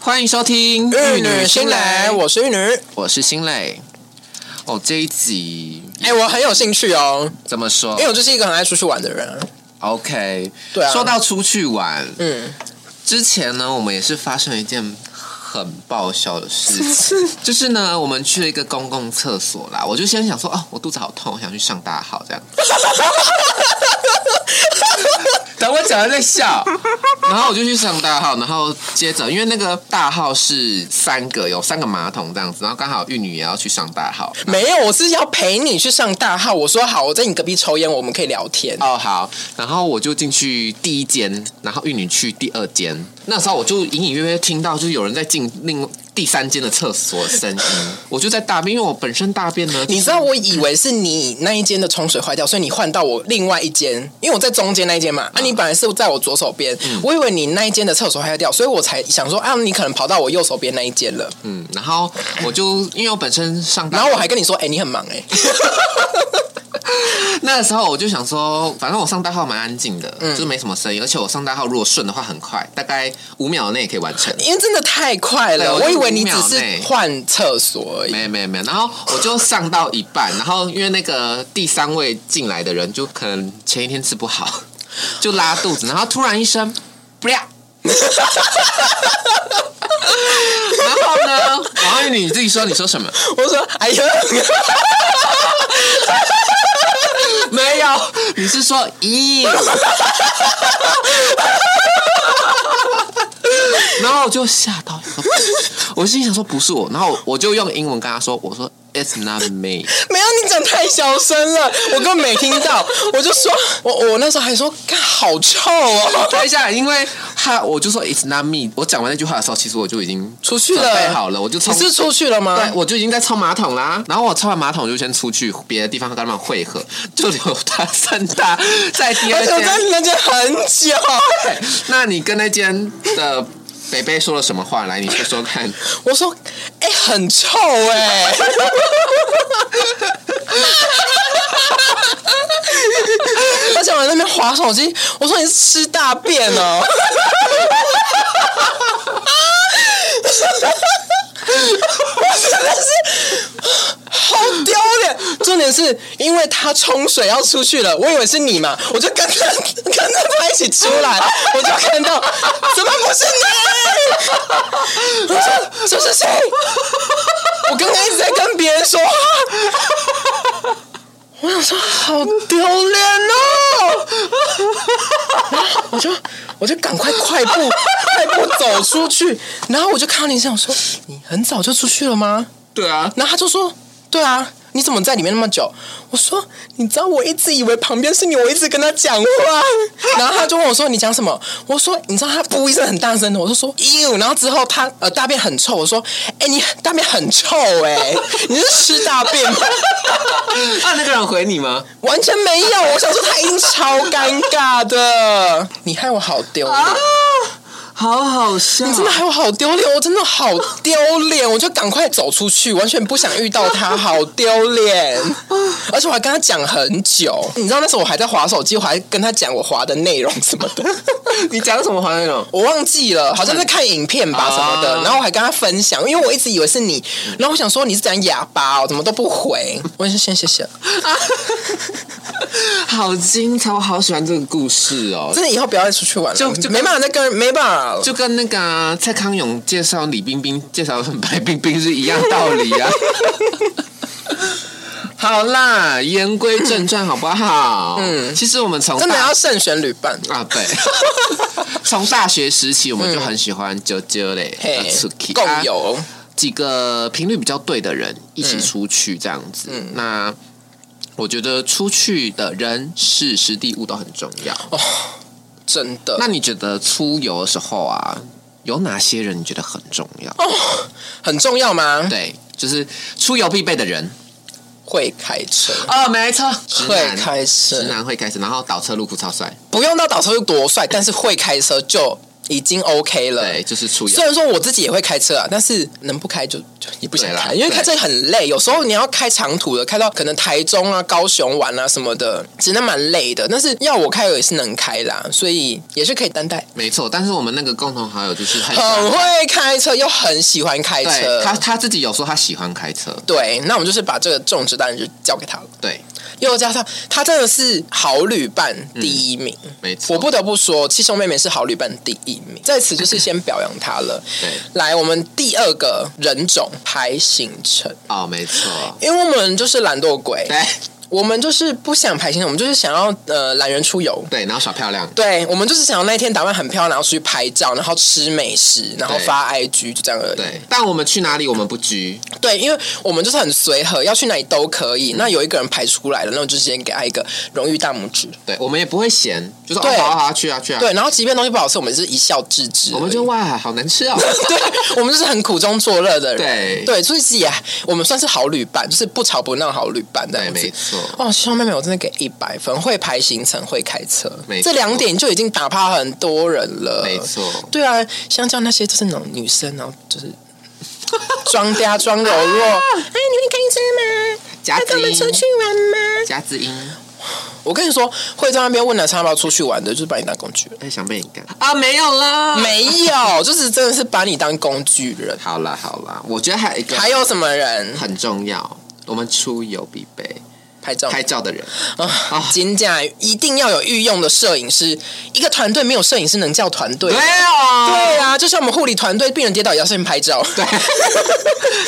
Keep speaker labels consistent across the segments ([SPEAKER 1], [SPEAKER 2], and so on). [SPEAKER 1] 欢迎收听《
[SPEAKER 2] 我是玉女。
[SPEAKER 1] 我是新蕾。哦，这一集
[SPEAKER 2] 哎、我很有兴趣哦，
[SPEAKER 1] 怎么说
[SPEAKER 2] 因为我就是一个很爱出去玩的人。啊
[SPEAKER 1] ？OK，
[SPEAKER 2] 对啊
[SPEAKER 1] 说到出去玩
[SPEAKER 2] 嗯，
[SPEAKER 1] 之前呢，我们也是发生了一件很爆笑的事情，就是呢，我们去了一个公共厕所啦。我就先想说，哦，我肚子好痛，我想去上大号这样。等我讲完再笑，然后我就去上大号，然后接着因为那个大号是三个，有三个马桶这样子，然后刚好玉女也要去上大号，
[SPEAKER 2] 没有，我是要陪你去上大号。我说好，我在你隔壁抽烟，我们可以聊天。
[SPEAKER 1] 哦，好，然后我就进去第一间，然后玉女去第二间。那时候我就隐隐约约听到，就是有人在进另第三间的厕所的声音。我就在大便，因为我本身大便呢，
[SPEAKER 2] 你知道，我以为是你那一间的冲水坏掉，所以你换到我另外一间，因为我在中间那一间嘛。啊，你本来是在我左手边，我以为你那一间的厕所坏掉，所以我才想说啊，你可能跑到我右手边那一间了。
[SPEAKER 1] 嗯，然后我就因为我本身上大，
[SPEAKER 2] 然后我还跟你说，哎、你很忙哎、
[SPEAKER 1] 那时候我就想说，反正我上大号蛮安静的，
[SPEAKER 2] 嗯
[SPEAKER 1] 就是没什么声音，而且我上大号如果顺的话很快，大概五秒内也可以完成。
[SPEAKER 2] 因为真的太快
[SPEAKER 1] 对
[SPEAKER 2] 了，
[SPEAKER 1] 我
[SPEAKER 2] 我
[SPEAKER 1] 就
[SPEAKER 2] 以为你只
[SPEAKER 1] 五秒
[SPEAKER 2] 是
[SPEAKER 1] 内
[SPEAKER 2] 换厕所而已。
[SPEAKER 1] 没有没有没有，然后我就上到一半，然后因为那个第三位进来的人就可能前一天吃不好， 就拉肚子，然后突然一声“不要”，然后呢，然后你自己说你说什么？
[SPEAKER 2] 我说，哎呀，
[SPEAKER 1] 没有，你是说“咦”， 然后我就吓到，我心里想说不是我，然后我就用英文跟他说，我说 “It's not me”。
[SPEAKER 2] 没有，你讲太小声了，我根本没听到。我就说，我我那时候还说，干好 臭哦，
[SPEAKER 1] 等一下，因为他我就说 it's not me。我讲完那句话的时候，其实我就已经
[SPEAKER 2] 出去
[SPEAKER 1] 准备
[SPEAKER 2] 了，
[SPEAKER 1] 好了，我就
[SPEAKER 2] 你
[SPEAKER 1] 冲，
[SPEAKER 2] 是出去了
[SPEAKER 1] 对
[SPEAKER 2] 吗？
[SPEAKER 1] 我就已经在冲马桶啦。然后我冲完马桶就先出去别的地方跟他们汇合，就留他三大在第
[SPEAKER 2] 而
[SPEAKER 1] 二
[SPEAKER 2] 且我在
[SPEAKER 1] 间。
[SPEAKER 2] 那间很久，
[SPEAKER 1] 对那你跟那间的北北说了什么话？来，你说说看。
[SPEAKER 2] 我说，哎、很臭哎、 而且我在那边划手机，我说你是吃大便哦，好丢脸！重点是因为他冲水要出去了，我以为是你嘛，我就跟着跟着他一起出来，我就看到怎么不是你？我说这是谁？我刚刚一直在跟别人说话，我想说好丢脸哦，然后我就我就赶快快步快步走出去，然后我就看到林想说你很早就出去了吗？
[SPEAKER 1] 对啊，
[SPEAKER 2] 然后他就说：“对啊，你怎么在里面那么久？”我说：“你知道，我一直以为旁边是你，我一直跟他讲话。” 然后他就问我说：“你讲什么？”我说：“你知道他噗一声很大声的，我就说 you。”然后之后他呃大便很臭，我说：“哎、你大便很臭哎、 你是吃大便吗
[SPEAKER 1] 啊那那个人回你吗？？”
[SPEAKER 2] 完全没有，我想说他一定超尴尬的，你害我好丢脸。
[SPEAKER 1] 啊好好笑
[SPEAKER 2] 你真的害我好丢脸，我真的好丢脸，我就赶快走出去，完全不想遇到他，好丢脸。 而且我还跟他讲很久，你知道那时候我还在划手机，我还跟他讲我划的内容什么的，
[SPEAKER 1] 你讲什么话那种？
[SPEAKER 2] 我忘记了，好像在看影片吧
[SPEAKER 1] 嗯
[SPEAKER 2] 什么的。
[SPEAKER 1] 啊
[SPEAKER 2] 然后我还跟他分享，因为我一直以为是你，然后我想说你是讲哑巴哦，怎么都不回。我先先谢谢了，
[SPEAKER 1] 好精彩，我好喜欢这个故事哦。
[SPEAKER 2] 真的以后不要再出去玩了，
[SPEAKER 1] 就就
[SPEAKER 2] 没办法再跟人没办法了。
[SPEAKER 1] 就跟那个啊蔡康永介绍李冰冰介绍白冰冰是一样道理 啊。好啦，言归正传，好不好？嗯，其实我们从
[SPEAKER 2] 真的
[SPEAKER 1] 大
[SPEAKER 2] 要慎选旅伴，
[SPEAKER 1] 啊， 对，从大学时期我们就很喜欢啾啾嘞，
[SPEAKER 2] 嗯嘿
[SPEAKER 1] 啊出去，
[SPEAKER 2] 共游。
[SPEAKER 1] 几个频率比较对的人一起出去这样子。
[SPEAKER 2] 嗯
[SPEAKER 1] 那我觉得出去的人事实地物都很重要。
[SPEAKER 2] 哦真的，
[SPEAKER 1] 那你觉得出游的时候啊，有哪些人你觉得很重要？
[SPEAKER 2] 哦很重要吗？
[SPEAKER 1] 对，就是出游必备的人。
[SPEAKER 2] 会开车，
[SPEAKER 1] 哦，没错，直
[SPEAKER 2] 会
[SPEAKER 1] 男，
[SPEAKER 2] 开
[SPEAKER 1] 直
[SPEAKER 2] 车，
[SPEAKER 1] 男会开始，然后倒车入库超帅。
[SPEAKER 2] 不用到倒车有多帅，但是会开车就已经 OK 了。
[SPEAKER 1] 对，就是出
[SPEAKER 2] 虽
[SPEAKER 1] 洋。
[SPEAKER 2] 然说我自己也会开车啊，但是能不开就就也不想
[SPEAKER 1] 对啦
[SPEAKER 2] 开，因为
[SPEAKER 1] 对
[SPEAKER 2] 开车很累。有时候你要开长途的，开到可能台中啊、高雄玩啊什么的，真的蛮累的。但是要我开，我也是能开啦，所以也是可以担待。
[SPEAKER 1] 没错，但是我们那个共同好友就是很喜欢
[SPEAKER 2] 很会开车，又很喜欢开车
[SPEAKER 1] 对。他他自己有说他喜欢开车，
[SPEAKER 2] 对，那我们就是把这个种植当然就交给他了。
[SPEAKER 1] 对，
[SPEAKER 2] 又加上他真的是好旅伴
[SPEAKER 1] 嗯
[SPEAKER 2] 第一名，
[SPEAKER 1] 没错，
[SPEAKER 2] 我不得不说，七兄妹妹是好旅伴第一名，在此就是先表扬他了。
[SPEAKER 1] 对
[SPEAKER 2] 来，我们第二个人种排行程，
[SPEAKER 1] 哦，没错，
[SPEAKER 2] 因为我们就是懒惰鬼，
[SPEAKER 1] 对
[SPEAKER 2] 我们就是不想排行程，我们就是想要呃懒人出游。
[SPEAKER 1] 对，然后小漂亮，
[SPEAKER 2] 对，我们就是想要那一天打扮很漂亮，然后出去拍照，然后吃美食，然后
[SPEAKER 1] 对
[SPEAKER 2] 发 IG，就这样而已。
[SPEAKER 1] 对，但我们去哪里我们不拘，
[SPEAKER 2] 对，因为我们就是很随和，要去哪里都可以。那有一个人排出来了，那我就先给他一个荣誉大拇指。
[SPEAKER 1] 对我们也不会嫌，就是哦
[SPEAKER 2] 对
[SPEAKER 1] 好啊好啊去啊去啊，
[SPEAKER 2] 对，然后即便东西不好吃，我们是一笑置之而已。
[SPEAKER 1] 我们就哇好难吃哦，
[SPEAKER 2] 对， 我们就是很苦中作乐的
[SPEAKER 1] 对
[SPEAKER 2] 人。对，所以其实也我们算是好旅伴，就是不吵不闹好旅伴这
[SPEAKER 1] 对，
[SPEAKER 2] 样
[SPEAKER 1] 没
[SPEAKER 2] 子。
[SPEAKER 1] 错，
[SPEAKER 2] 哦，希望妹妹，我真的给一百分，会排行程，会开车
[SPEAKER 1] 没，错
[SPEAKER 2] 这两点就已经打趴很多人了。
[SPEAKER 1] 没错
[SPEAKER 2] 对啊，相较那些就是那种女生，然后就是 装嗲、装 柔弱，哎，你会开车吗？
[SPEAKER 1] 夹
[SPEAKER 2] 要
[SPEAKER 1] 子
[SPEAKER 2] 跟我们出
[SPEAKER 1] 音，
[SPEAKER 2] 去玩吗？
[SPEAKER 1] 夹子音，
[SPEAKER 2] 我跟你说，会在那边问男生要不要出去玩的，就是把你当工具 人。
[SPEAKER 1] 哎，想被你干啊，没有啦，
[SPEAKER 2] 没有，就是真的是把你当工具人。
[SPEAKER 1] 好啦好啦，我觉得还有一个
[SPEAKER 2] 还有什么人
[SPEAKER 1] 很重要，我们出游必备
[SPEAKER 2] 拍照？
[SPEAKER 1] 拍照的人，
[SPEAKER 2] 啊，金甲一定要有御用的摄影师，一个团队没有摄影师能叫团队。
[SPEAKER 1] 对哦，
[SPEAKER 2] 对啊，就像我们护理团队，病人跌倒也要先拍照。
[SPEAKER 1] 对，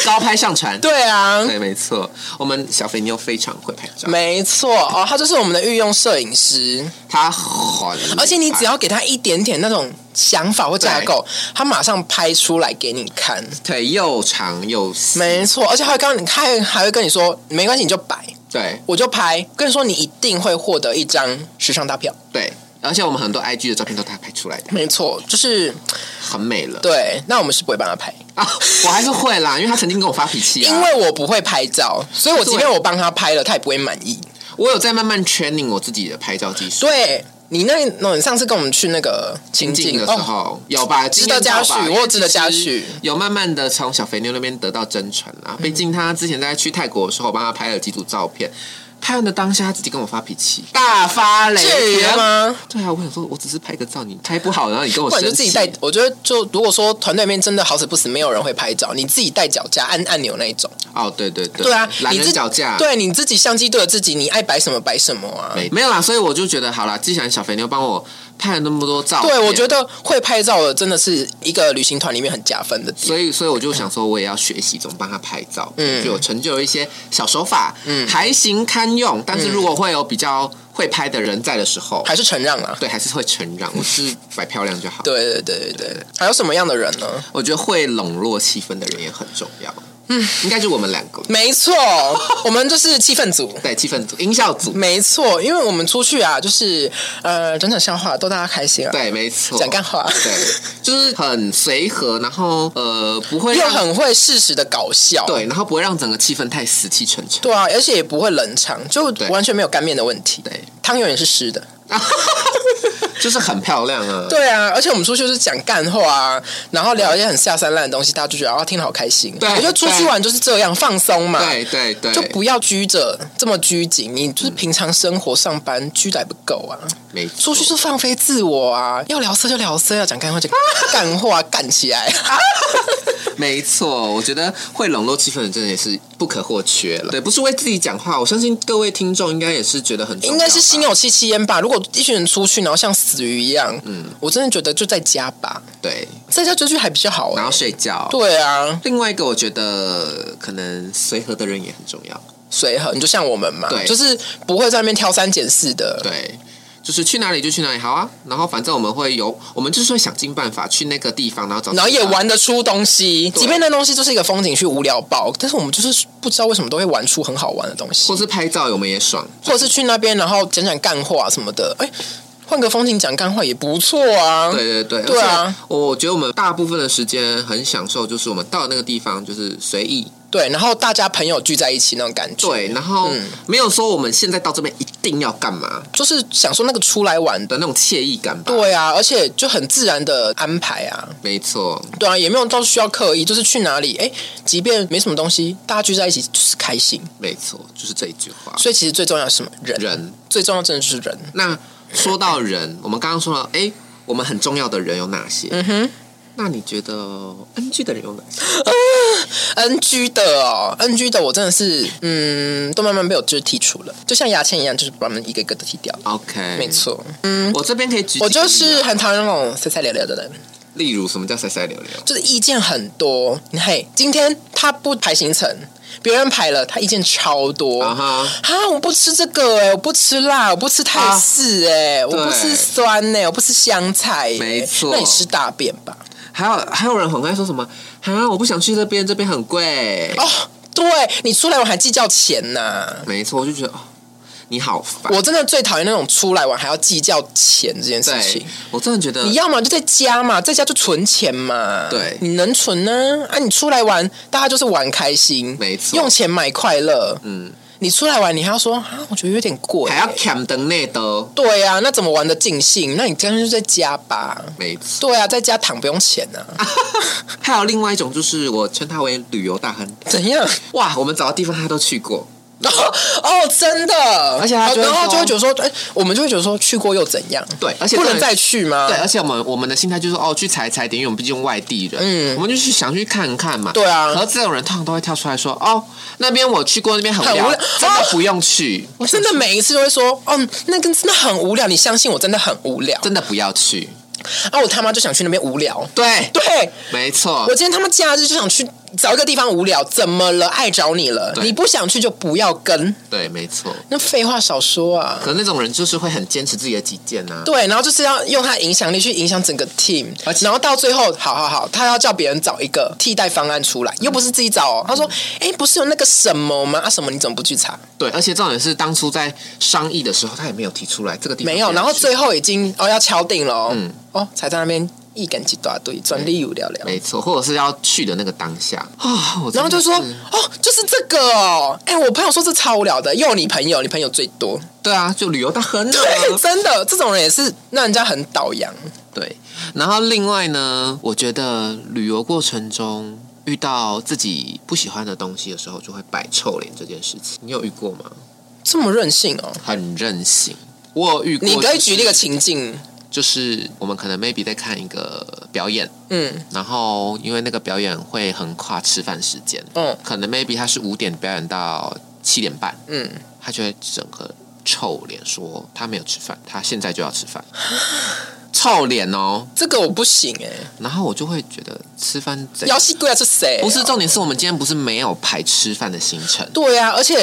[SPEAKER 1] 高拍上传，
[SPEAKER 2] 对啊，
[SPEAKER 1] 对，没错，我们小肥妞非常会拍照，
[SPEAKER 2] 没错哦，他就是我们的御用摄影师，
[SPEAKER 1] 她很，
[SPEAKER 2] 而且你只要给他一点点那种想法或架构，他马上拍出来给你看。
[SPEAKER 1] 腿又长又细，
[SPEAKER 2] 没错，而且还会跟你，他还还会跟你说，没关系，你就摆，
[SPEAKER 1] 对
[SPEAKER 2] 我就拍。跟你说，你一定会获得一张时尚大票。
[SPEAKER 1] 对，而且我们很多 IG 的照片都她拍出来的，
[SPEAKER 2] 没错，就是
[SPEAKER 1] 很美了。
[SPEAKER 2] 对。那我们是不会帮他拍。
[SPEAKER 1] 啊，我还是会啦，因为她曾经跟我发脾气
[SPEAKER 2] 因
[SPEAKER 1] 啊，
[SPEAKER 2] 为我不会拍照，所以我即便
[SPEAKER 1] 对
[SPEAKER 2] 我帮他拍了，他也不会满意。
[SPEAKER 1] 我有在慢慢 training 我自己的拍照技术。
[SPEAKER 2] 对你那，那你上次跟我们去那个情
[SPEAKER 1] 精进
[SPEAKER 2] 景
[SPEAKER 1] 的时
[SPEAKER 2] 哦，
[SPEAKER 1] 候、有吧，
[SPEAKER 2] 值得
[SPEAKER 1] 经验到吧
[SPEAKER 2] 嘉许我值得嘉许，
[SPEAKER 1] 有慢慢的从小肥妞那边得到真传啊。毕竟她之前在去泰国的时候，我帮她拍了几组照片，拍完的当下她自己跟我发脾气，大发雷
[SPEAKER 2] 至于
[SPEAKER 1] 霆？
[SPEAKER 2] 吗？
[SPEAKER 1] 对啊，我想说，我只是拍个照，你拍不好，然后你跟我
[SPEAKER 2] 不
[SPEAKER 1] 生
[SPEAKER 2] 然
[SPEAKER 1] 气，
[SPEAKER 2] 就自己带。我觉得就如果说团队里面真的好死不死没有人会拍照，你自己带脚架按按钮那一种。
[SPEAKER 1] 哦，对对对，
[SPEAKER 2] 对啊，
[SPEAKER 1] 懒
[SPEAKER 2] 你
[SPEAKER 1] 人
[SPEAKER 2] 自
[SPEAKER 1] 脚架，。
[SPEAKER 2] 对你自己相机对着自己，你爱摆什么摆什么啊。
[SPEAKER 1] 没没有啦，所以我就觉得好啦，既然小肥妞帮我拍了那么多照片，
[SPEAKER 2] 对，我觉得会拍照的真的是一个旅行团里面很加分的点。
[SPEAKER 1] 所以，所以我就想说，我也要学习怎么帮他拍照，嗯，
[SPEAKER 2] 嗯
[SPEAKER 1] 就有成就一些小手法，嗯，还行堪用。但
[SPEAKER 2] 嗯
[SPEAKER 1] 是如果会有比较会拍的人在的时候，
[SPEAKER 2] 还是承让啊。
[SPEAKER 1] 对，还是会成长。我是摆漂亮就好。，
[SPEAKER 2] 对对对对对，还有什么样的人呢？
[SPEAKER 1] 我觉得会笼络气氛的人也很重要。嗯，应该就我们两个，
[SPEAKER 2] 没错， 我们就是气氛组。
[SPEAKER 1] 对，气氛组、音效组，
[SPEAKER 2] 没错，因为我们出去啊，就是呃，整整笑话逗大家开心啊，
[SPEAKER 1] 对，没错，
[SPEAKER 2] 讲干话，
[SPEAKER 1] 对，就是很随和，然后呃，不会
[SPEAKER 2] 又
[SPEAKER 1] 让
[SPEAKER 2] 很会适时的搞笑，
[SPEAKER 1] 对，然后不会让整个气氛太死气沉沉。
[SPEAKER 2] 对啊，而且也不会冷场，就
[SPEAKER 1] 对
[SPEAKER 2] 完全没有干面的问题。
[SPEAKER 1] 对，
[SPEAKER 2] 汤永远是湿的。
[SPEAKER 1] 就是很漂亮啊！
[SPEAKER 2] 对啊，而且我们出去就是讲干话啊，然后聊一些很下三滥的东西，大家就觉得啊，听得好开心。
[SPEAKER 1] 对
[SPEAKER 2] 我觉得出去玩就是这样放松嘛。
[SPEAKER 1] 对对对，
[SPEAKER 2] 就不要拘着这么拘谨，你就是平常生活上班拘的还不够啊。
[SPEAKER 1] 没错
[SPEAKER 2] 出去就放飞自我啊，要聊色就聊色，要讲干话就干话， 干起来。啊
[SPEAKER 1] 没错，我觉得会笼络气氛的真的也是不可或缺了。对，不是为自己讲话，我相信各位听众应该也是觉得很重要
[SPEAKER 2] 应
[SPEAKER 1] 吧
[SPEAKER 2] 该是心有戚戚焉吧。如果一群人出去，然后像死鱼一样，嗯，我真的觉得就在家吧，
[SPEAKER 1] 对，
[SPEAKER 2] 在家追剧还比较好、
[SPEAKER 1] 然
[SPEAKER 2] 欸
[SPEAKER 1] 后。睡觉。
[SPEAKER 2] 对啊，
[SPEAKER 1] 另外一个，我觉得可能随和的人也很重要。
[SPEAKER 2] 随和，你就像我们嘛，
[SPEAKER 1] 对
[SPEAKER 2] 就是不会在那边挑三拣四的。
[SPEAKER 1] 对，就是去哪里就去哪里，好啊。然后反正我们会有，我们就是会想尽办法去那个地方，然后找，
[SPEAKER 2] 然后也。玩得出东西，
[SPEAKER 1] 对
[SPEAKER 2] 即便那东西就是一个风景区无聊爆，但是我们就是不知道为什么都会玩出很好玩的东西，
[SPEAKER 1] 或是拍照，我们也爽。
[SPEAKER 2] 或者是去那边然后讲讲干话什么的，哎，换个风景讲干话也不错啊。
[SPEAKER 1] 对对对，
[SPEAKER 2] 对啊
[SPEAKER 1] 而且我我觉得我们大部分的时间很享受，就是我们到那个地方就是随意，
[SPEAKER 2] 对，然后大家朋友聚在一起那种感
[SPEAKER 1] 嗯
[SPEAKER 2] 觉，
[SPEAKER 1] 对，然后没有说我们现在到这边一定要干嘛
[SPEAKER 2] 就是想说那个出来玩的。
[SPEAKER 1] 的那种惬意感吧。，
[SPEAKER 2] 对啊，而且就很自然的安排啊，
[SPEAKER 1] 没错，
[SPEAKER 2] 对啊，也没有到需要刻意，就是去哪里，哎，即便没什么东西，大家聚在一起就是开心。
[SPEAKER 1] 没错，就是这一句话。
[SPEAKER 2] 所以其实最重要是什么？人，
[SPEAKER 1] 人，
[SPEAKER 2] 最重要真的就是人。
[SPEAKER 1] 那说到 人，我们刚刚说了，哎，我们很重要的人有哪些？
[SPEAKER 2] 嗯哼
[SPEAKER 1] 那你觉得 NG 的人有哪些？
[SPEAKER 2] ，NG 的哦，NG 的我真的是，嗯，都慢慢被我就是剔除了，就像牙签一样，就是把它们一个一个的剔掉。
[SPEAKER 1] OK，
[SPEAKER 2] 没，错，
[SPEAKER 1] 我这边可以举几个
[SPEAKER 2] 我
[SPEAKER 1] 例啊，
[SPEAKER 2] 就是很讨厌那种塞塞聊聊的人，
[SPEAKER 1] 例如什么叫塞塞流流？
[SPEAKER 2] 就是意见很多。嘿，今天他不排行程，别人排了，他意见超多。
[SPEAKER 1] 啊哈，
[SPEAKER 2] 啊！我不吃这个哎、我不吃辣，我不吃泰式哎、我不吃酸哎、我不吃香菜哎、
[SPEAKER 1] 啊没错
[SPEAKER 2] 那你吃大便吧？
[SPEAKER 1] 还有还有人很爱说什么啊，我不想去这边，这边很贵。
[SPEAKER 2] 哦，对你出来我还计较钱呐、
[SPEAKER 1] 没错，我就觉得哦，你好烦。
[SPEAKER 2] 我真的最讨厌那种出来玩还要计较钱这件事
[SPEAKER 1] 对
[SPEAKER 2] 情。，
[SPEAKER 1] 我真的觉得
[SPEAKER 2] 你要么就在家嘛，在家就存钱嘛。
[SPEAKER 1] 对
[SPEAKER 2] 你能存呢？啊，你出来玩，大家就是玩开心，
[SPEAKER 1] 没错
[SPEAKER 2] 用钱买快乐。
[SPEAKER 1] 嗯，
[SPEAKER 2] 你出来玩，你还要说啊，我觉得有点贵、
[SPEAKER 1] 还要砍灯内的，
[SPEAKER 2] 对啊，那怎么玩的尽兴？那你干脆就在家吧。
[SPEAKER 1] 没错。
[SPEAKER 2] 对啊，在家躺不用钱啊。
[SPEAKER 1] 还有另外一种，就是我称它为旅游大亨。
[SPEAKER 2] 怎样？
[SPEAKER 1] 哇，我们找的地方他都去过，
[SPEAKER 2] 哦，真的，
[SPEAKER 1] 而且他就会
[SPEAKER 2] 然后
[SPEAKER 1] 说
[SPEAKER 2] 就会觉得说，哎、我们就会觉得说，去过又怎样？
[SPEAKER 1] 对而且
[SPEAKER 2] 不
[SPEAKER 1] 重点
[SPEAKER 2] 能再去吗？
[SPEAKER 1] 对，而且我们我们的心态就是哦，去踩踩点，因为我们毕竟外地人，
[SPEAKER 2] 嗯
[SPEAKER 1] 我们就去想去看看嘛。
[SPEAKER 2] 对啊
[SPEAKER 1] 然后这种人通常都会跳出来说，哦，那边我去过，那边很
[SPEAKER 2] 很
[SPEAKER 1] 无
[SPEAKER 2] 无
[SPEAKER 1] 聊
[SPEAKER 2] 聊，
[SPEAKER 1] 真
[SPEAKER 2] 哦
[SPEAKER 1] 的不用去，
[SPEAKER 2] 我真的每一次都会说，嗯，那个真的很无聊，你相信我，真的很无聊。
[SPEAKER 1] 真的不要去。
[SPEAKER 2] 啊，我他妈就想去那边无聊。
[SPEAKER 1] 对，
[SPEAKER 2] 对，
[SPEAKER 1] 没错
[SPEAKER 2] 我，今天他妈假日就想去找一个地方无聊，怎么了？爱找你了，
[SPEAKER 1] 对
[SPEAKER 2] 你不想去就不要跟。
[SPEAKER 1] 对，没错。
[SPEAKER 2] 那废话少说啊。
[SPEAKER 1] 可那种人就是会很坚持自己的己见啊呐、
[SPEAKER 2] 对，然后就是要用他影响力去影响整个 team，然后到最后，好好好，他要叫别人找一个替代方案出来，又不是自己找
[SPEAKER 1] 嗯
[SPEAKER 2] 哦。他说：“哎，不是有那个什么吗？啊，什么你怎么不去查？
[SPEAKER 1] 对，而且重点是当初在商议的时候，他也没有提出来这个地方
[SPEAKER 2] 没有。”然后
[SPEAKER 1] 不要去
[SPEAKER 2] 最后已经哦要敲定了，哦
[SPEAKER 1] 嗯，
[SPEAKER 2] 哦才在那边一根几大堆，专利有聊聊。
[SPEAKER 1] 没错，或者是要去的那个当下啊、我真的
[SPEAKER 2] 然后就说
[SPEAKER 1] 是
[SPEAKER 2] 哦，就是这个哦，哎、我朋友说这超无聊的，又有你朋友，你朋友最多，
[SPEAKER 1] 对啊，就旅游到很
[SPEAKER 2] 对，真的，这种人也是让人家很倒洋。
[SPEAKER 1] 对，然后另外呢，我觉得旅游过程中遇到自己不喜欢的东西的时候，就会摆臭脸这件事情，你有遇过吗？
[SPEAKER 2] 这么任性哦！
[SPEAKER 1] 很任性，我有遇过、
[SPEAKER 2] 你可以举例个
[SPEAKER 1] 就是
[SPEAKER 2] 情境，
[SPEAKER 1] 就是我们可能 maybe 在看一个表演，
[SPEAKER 2] 嗯，
[SPEAKER 1] 然后因为那个表演会横跨吃饭时间，
[SPEAKER 2] 嗯
[SPEAKER 1] 可能 maybe 他是五点表演到七点半，
[SPEAKER 2] 嗯，
[SPEAKER 1] 他就会整个臭脸说他没有吃饭，他现在就要吃 饭，臭脸哦。
[SPEAKER 2] 这个我不行哎、
[SPEAKER 1] 然后我就会觉得吃饭怎
[SPEAKER 2] 姚西贵啊是谁、
[SPEAKER 1] 不是，重点，是我们今天不是没有排吃饭的行程。
[SPEAKER 2] 对啊，而且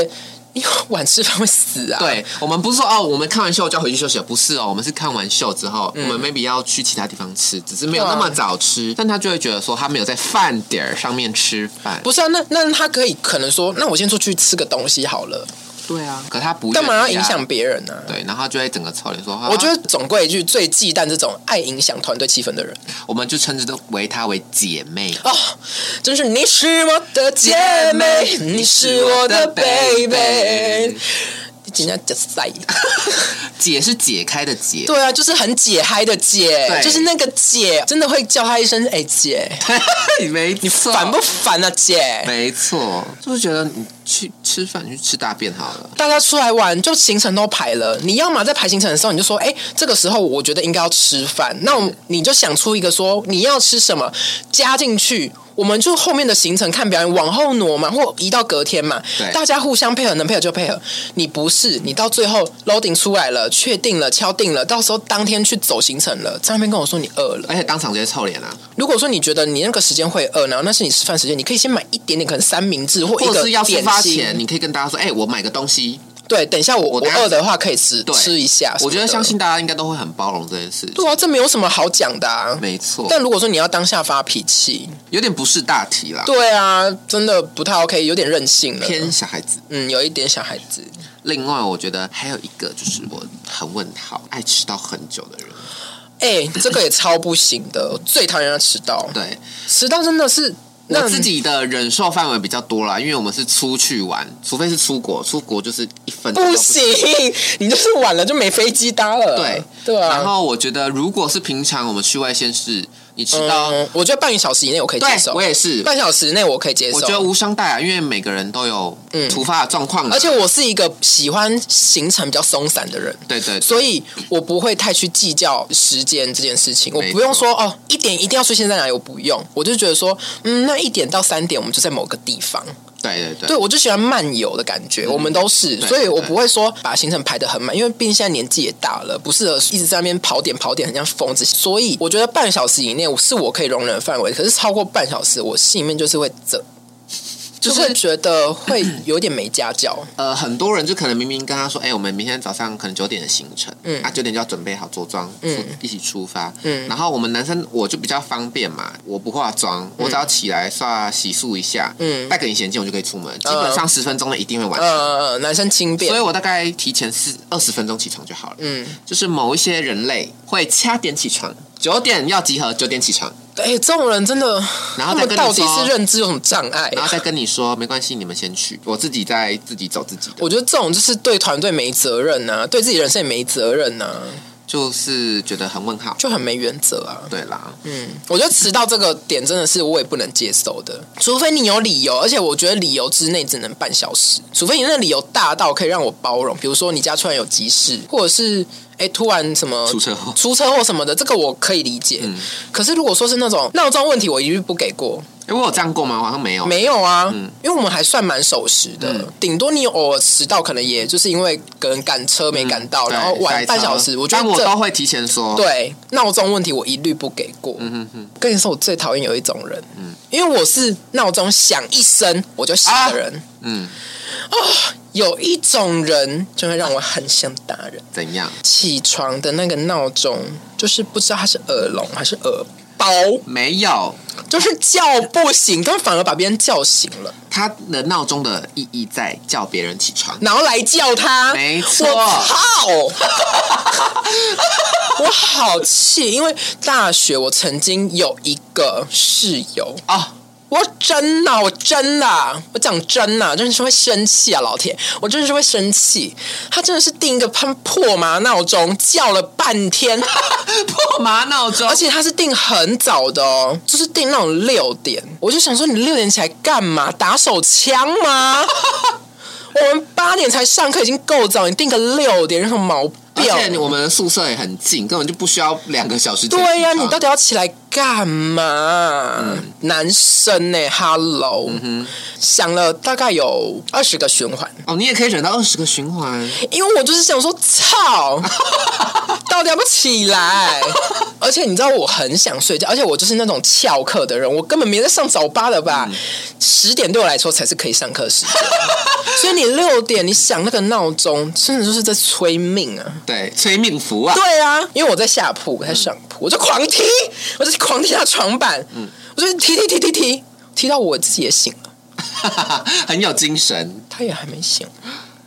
[SPEAKER 2] 因为晚吃饭会死啊。，
[SPEAKER 1] 对，我们不是说哦，我们看完秀就要回去休息了，不是哦，我们是看完秀之后，
[SPEAKER 2] 嗯
[SPEAKER 1] 我们 maybe 要去其他地方吃，只是
[SPEAKER 2] 啊
[SPEAKER 1] 没有那么早吃，但他就会觉得说他没有在饭点儿上面吃饭。
[SPEAKER 2] 不是啊，那那他可以可能说，那我先出去吃个东西好了，
[SPEAKER 1] 对啊，可他不
[SPEAKER 2] 干嘛要
[SPEAKER 1] 愿意
[SPEAKER 2] 影
[SPEAKER 1] 啊
[SPEAKER 2] 响别人呢、
[SPEAKER 1] 对，然后他就会整个臭脸说，啊
[SPEAKER 2] 我觉
[SPEAKER 1] 得
[SPEAKER 2] 得总归一句，最忌惮这种爱影响团队气氛的人
[SPEAKER 1] 我们就称之为她为姐妹。
[SPEAKER 2] 哦，真是你是我的姐妹，你是我的 baby，人家就塞。
[SPEAKER 1] 姐是解开的解，
[SPEAKER 2] 对啊，就是很解嗨的姐
[SPEAKER 1] 对，
[SPEAKER 2] 就是那个姐，真的会叫她一声哎、姐，
[SPEAKER 1] 你 没你
[SPEAKER 2] 烦不烦啊姐？
[SPEAKER 1] 没错，就是觉得你去吃饭，你去吃大便好了。
[SPEAKER 2] 大家出来玩就行程都排了，你要么在排行程的时候你就说，哎、这个时候我觉得应该要吃饭，那我们你就想出一个说你要吃什么加进去。我们就后面的行程看表演往后挪嘛，或移到隔天嘛
[SPEAKER 1] 对，
[SPEAKER 2] 大家互相配合，能配合就配合。你不是，你到最后 loading 出来了，确定了，敲定了，到时候当天去走行程了，在那边跟我说你饿了。
[SPEAKER 1] 而且当场直接臭脸啊，
[SPEAKER 2] 如果说你觉得你那个时间会饿，然后那是你吃饭时间，你可以先买一点点，可能三明治或一
[SPEAKER 1] 或者
[SPEAKER 2] 个
[SPEAKER 1] 是要出
[SPEAKER 2] 点
[SPEAKER 1] 发
[SPEAKER 2] 心。
[SPEAKER 1] 前，你可以跟大家说：“哎、我买个东西。
[SPEAKER 2] 对，等一下我
[SPEAKER 1] 我
[SPEAKER 2] 我
[SPEAKER 1] 等下
[SPEAKER 2] 饿的话可以吃
[SPEAKER 1] 对
[SPEAKER 2] 吃一下”。
[SPEAKER 1] 我觉得相
[SPEAKER 2] 相信，
[SPEAKER 1] 信大家应该都会很包容这件事。
[SPEAKER 2] 对啊，这没有什么好讲的啊。
[SPEAKER 1] 没错，
[SPEAKER 2] 但如果说你要当下发脾气，
[SPEAKER 1] 有点不是大题啦，
[SPEAKER 2] 对啊，真的不太 OK，有点任性了。
[SPEAKER 1] 偏小孩子。
[SPEAKER 2] 嗯，有一点小孩子
[SPEAKER 1] 另外，我觉得还有一个就是我很问号，爱迟到很久的人。
[SPEAKER 2] 哎、这个也超不行的，我最讨厌他迟到。
[SPEAKER 1] 对，
[SPEAKER 2] 迟到真的是
[SPEAKER 1] 我
[SPEAKER 2] 那
[SPEAKER 1] 自己的忍受范围比较多啦，因为我们是出去玩，除非是出国，出国就是一分钟都
[SPEAKER 2] 不
[SPEAKER 1] 不
[SPEAKER 2] 行，你就是晚了就没飞机搭了。
[SPEAKER 1] 对
[SPEAKER 2] 对啊。
[SPEAKER 1] 然后我觉得，如果是平常我们去外县市，你迟到，
[SPEAKER 2] 嗯，我觉得半个小时以内我可以接
[SPEAKER 1] 对
[SPEAKER 2] 受，
[SPEAKER 1] 我也是，
[SPEAKER 2] 半小时内我可以接受。嗯
[SPEAKER 1] 我觉得无伤大雅，因为每个人都有突发的状况啊，
[SPEAKER 2] 而且我是一个喜欢行程比较松散的人，
[SPEAKER 1] 对对，对
[SPEAKER 2] 所以我不会太去计较时间这件事情。我
[SPEAKER 1] 没错
[SPEAKER 2] 不用说哦，一点一定要出现在哪里，我不用。我就觉得说，嗯，那一点到三点我们就在某个地方。
[SPEAKER 1] 对对
[SPEAKER 2] 对，
[SPEAKER 1] 对，
[SPEAKER 2] 我就喜欢漫游的感觉，我们都是，
[SPEAKER 1] 对
[SPEAKER 2] 所以我
[SPEAKER 1] 对
[SPEAKER 2] 不会说把行程排得很满，因为毕竟现在年纪也大了，不适合一直在那边跑点跑点，很像疯子。所以我觉得半小时以内是我可以容忍的范围，可是超过半小时，我心里面就是会 这。就
[SPEAKER 1] 就是
[SPEAKER 2] 是觉得会有点没家教，
[SPEAKER 1] 呃，很多人就可能明明跟他说，哎，我们明天早上可能九点的行程，嗯，啊，九点就要准备好着装，嗯，一起出发，嗯，然后我们男生我就比较方便嘛，我不化妆，我只要起来刷牙洗漱一下，嗯，呃戴个隐形眼镜我就可以出门，基本上十分钟内一定会完成。
[SPEAKER 2] 呃，男生轻便
[SPEAKER 1] 所以，我大概提前四二十分钟起床就好了。嗯，就是某一些人类会掐点起床，九点要集合，九点起床，
[SPEAKER 2] 哎、这种人真的，
[SPEAKER 1] 然后
[SPEAKER 2] 他
[SPEAKER 1] 再
[SPEAKER 2] 们
[SPEAKER 1] 跟你
[SPEAKER 2] 到底
[SPEAKER 1] 说
[SPEAKER 2] 是认知有什么障碍、
[SPEAKER 1] 然
[SPEAKER 2] 啊
[SPEAKER 1] 后？再跟你说没关系，你们先去，我自己再自己走自己的。
[SPEAKER 2] 我觉得这种就是对团队没责任呐、对自己人生也没责任呐、
[SPEAKER 1] 就是觉得很问号。
[SPEAKER 2] 就很没原则啊。
[SPEAKER 1] 对啦，
[SPEAKER 2] 嗯，我觉得迟到这个点真的是我也不能接受的，除非你有理由，而且我觉得理由之内只能半小时，除非你那理由大到可以让我包容，比如说你家突然有急事，或者是哎突然什么
[SPEAKER 1] 出嗯车祸
[SPEAKER 2] 出车祸什么的，这个我可以理解。可是如果说是那种闹钟问题，我一律不给过，
[SPEAKER 1] 哎，我有这样过吗？我好像没有。
[SPEAKER 2] 没有啊，
[SPEAKER 1] 嗯
[SPEAKER 2] 因为我们还算蛮守时的，顶、多你偶尔迟到，可能也就是因为可能赶车没赶到，
[SPEAKER 1] 嗯对
[SPEAKER 2] 然后晚
[SPEAKER 1] 塞
[SPEAKER 2] 半
[SPEAKER 1] 车
[SPEAKER 2] 小时，我觉得
[SPEAKER 1] 但我
[SPEAKER 2] 这
[SPEAKER 1] 都会提前说。，
[SPEAKER 2] 对闹钟问题，我一律不给过。
[SPEAKER 1] 嗯哼
[SPEAKER 2] 跟你说，我最讨厌有一种人，因为我是闹钟响一声我就醒的人，
[SPEAKER 1] 嗯，
[SPEAKER 2] 有一种人就会让我很想打人。
[SPEAKER 1] 怎样？
[SPEAKER 2] 起床的那个闹钟，就是不知道他是耳聋还是耳包，
[SPEAKER 1] 没有，
[SPEAKER 2] 就是叫不醒，但反而把别人叫醒了，
[SPEAKER 1] 他的闹钟的意义在叫别人起床。
[SPEAKER 2] 然后来叫他。
[SPEAKER 1] 没错
[SPEAKER 2] 我操！ 我好气，因为大学我曾经有一个室友，
[SPEAKER 1] 哦，
[SPEAKER 2] 我真的，我真的，我讲真的，真的是会生气啊！老铁，我真的是会生气。他真的是定一个喷破麻闹钟，叫了半天，
[SPEAKER 1] 破麻闹钟
[SPEAKER 2] 而，且他是定很早的哦，就是定那种六点。我就想说，你六点起来干嘛？打手枪吗？ 我们八点才上课，已经够早，你定个六点，有什么毛
[SPEAKER 1] 而
[SPEAKER 2] 病？
[SPEAKER 1] 且我们的宿舍也很近，根本就不需要两个小时前起床。
[SPEAKER 2] 对呀、你到底要起来干嘛？
[SPEAKER 1] 嗯
[SPEAKER 2] 男生呢、哈 h e l l o 想了大概有二十个循环，
[SPEAKER 1] 哦，你也可以忍到二十个循环，
[SPEAKER 2] 因为我就是想说，操，到底要不要起来？而且你知道我很想睡觉，而且我就是那种翘课的人，我根本没在上早八的吧？十、点对我来说才是可以上课时间，所以你六点你响那个闹钟，真的就是在催命啊！
[SPEAKER 1] 对，催命符啊，
[SPEAKER 2] 对啊，因为我在下铺，我在上铺，我就狂踢，我就狂踢他床板，嗯，我就踢踢踢踢踢，踢到我自己也醒了，
[SPEAKER 1] 很有精神，
[SPEAKER 2] 他也还没醒，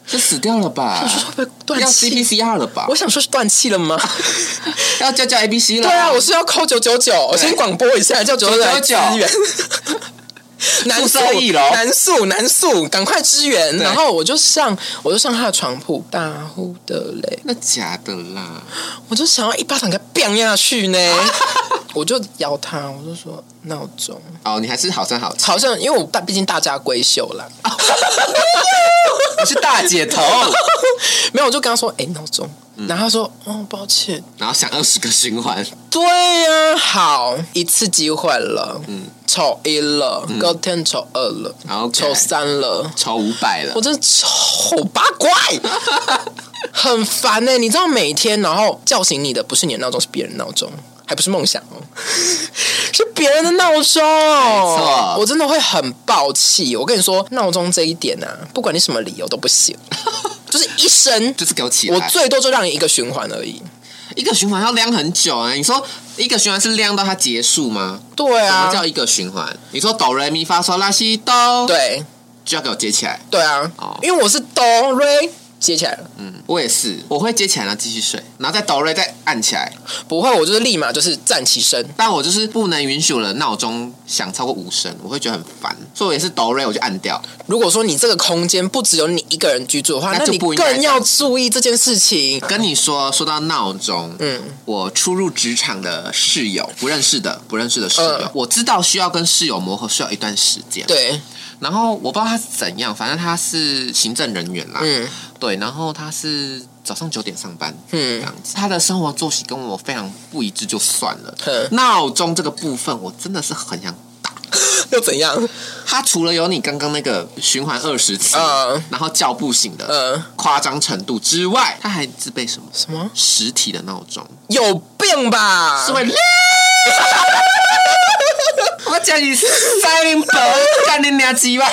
[SPEAKER 1] 这死掉了吧
[SPEAKER 2] 我？说会不会
[SPEAKER 1] 要
[SPEAKER 2] 断气？
[SPEAKER 1] CPCR 了吧
[SPEAKER 2] 我？想说是断气了吗？
[SPEAKER 1] 要叫叫 ABC 了。
[SPEAKER 2] 对啊，我是要扣九九九，我先广播一下，叫九九九支援。 男宿
[SPEAKER 1] 宿舍一楼
[SPEAKER 2] 男宿，男宿，赶快支援！
[SPEAKER 1] 对
[SPEAKER 2] 然后我就上，我就上他的床铺，大呼的嘞，
[SPEAKER 1] 那假的啦，
[SPEAKER 2] 我就想要一巴掌给他砰下去 呢，我就摇他，我就说闹钟，
[SPEAKER 1] 哦，你还是好声好气，
[SPEAKER 2] 好像因为我大，毕竟大家闺秀啦，
[SPEAKER 1] 你是大姐头，
[SPEAKER 2] 没有，我就跟他说，哎、闹钟，然后他说，哦，抱歉，
[SPEAKER 1] 然后想二十个循环，
[SPEAKER 2] 对呀、好，一次机会了，嗯，丑一了，隔天丑二了，
[SPEAKER 1] 然后
[SPEAKER 2] 丑三了，
[SPEAKER 1] 抽五百了
[SPEAKER 2] 我，真的丑八怪， 很烦呢、欸你知道每天然后叫醒你的不是你的闹钟，是别人的闹钟。还不是梦想哦， 是别人的闹钟
[SPEAKER 1] 没错。
[SPEAKER 2] 我真的会很暴气。我跟你说，闹钟这一点啊，不管你什么理由都 不行，就是一声，
[SPEAKER 1] 就是给我起
[SPEAKER 2] 我
[SPEAKER 1] 来，
[SPEAKER 2] 最多就让你一个循环而已。
[SPEAKER 1] 一个循环要量很久啊、你说一个循环是量到它结束吗？
[SPEAKER 2] 对
[SPEAKER 1] 什
[SPEAKER 2] 啊
[SPEAKER 1] 么，叫一个循环？你说哆来咪发嗦拉西哆，
[SPEAKER 2] 对
[SPEAKER 1] 就要给我接起来。
[SPEAKER 2] 对啊
[SPEAKER 1] 哦，
[SPEAKER 2] 因为我是哆瑞接起来了。
[SPEAKER 1] 嗯，我也是，我会接起来然后继续睡，然后再倒瑞再按起来，
[SPEAKER 2] 不会，我就是立马就是站起身，
[SPEAKER 1] 但我就是不能允许我的闹钟响超过五声，我会觉得很烦，所以我也是倒瑞我就按掉。
[SPEAKER 2] 如果说你这个空间不只有你一个人居住的话，
[SPEAKER 1] 那
[SPEAKER 2] 那
[SPEAKER 1] 就
[SPEAKER 2] 你
[SPEAKER 1] 不应该
[SPEAKER 2] 更要注意这件事情。
[SPEAKER 1] 跟你说，说到闹钟，
[SPEAKER 2] 嗯，
[SPEAKER 1] 我初入职场的室友，不认识的，不认识的室友，
[SPEAKER 2] 嗯
[SPEAKER 1] 我知道需要跟室友磨合，需要一段时间。，
[SPEAKER 2] 对，
[SPEAKER 1] 然后我不知道他是怎样，反正他是行政人员啦，
[SPEAKER 2] 嗯
[SPEAKER 1] 对，然后他是早上九点上班，这
[SPEAKER 2] 嗯
[SPEAKER 1] 样子，他的生活作息跟我非常不一致，就算了。
[SPEAKER 2] 哼，
[SPEAKER 1] 闹钟这个部分，我真的是很想打。
[SPEAKER 2] 又怎样？
[SPEAKER 1] 他除了有你刚刚那个循环二十次，
[SPEAKER 2] 嗯
[SPEAKER 1] 然后叫不醒的
[SPEAKER 2] 呃，
[SPEAKER 1] 夸张程度之外，他还自备什么？
[SPEAKER 2] 什么？
[SPEAKER 1] 实体的闹钟
[SPEAKER 2] 有病吧？
[SPEAKER 1] 是会 我叫你塞林伯，干你娘鸡巴！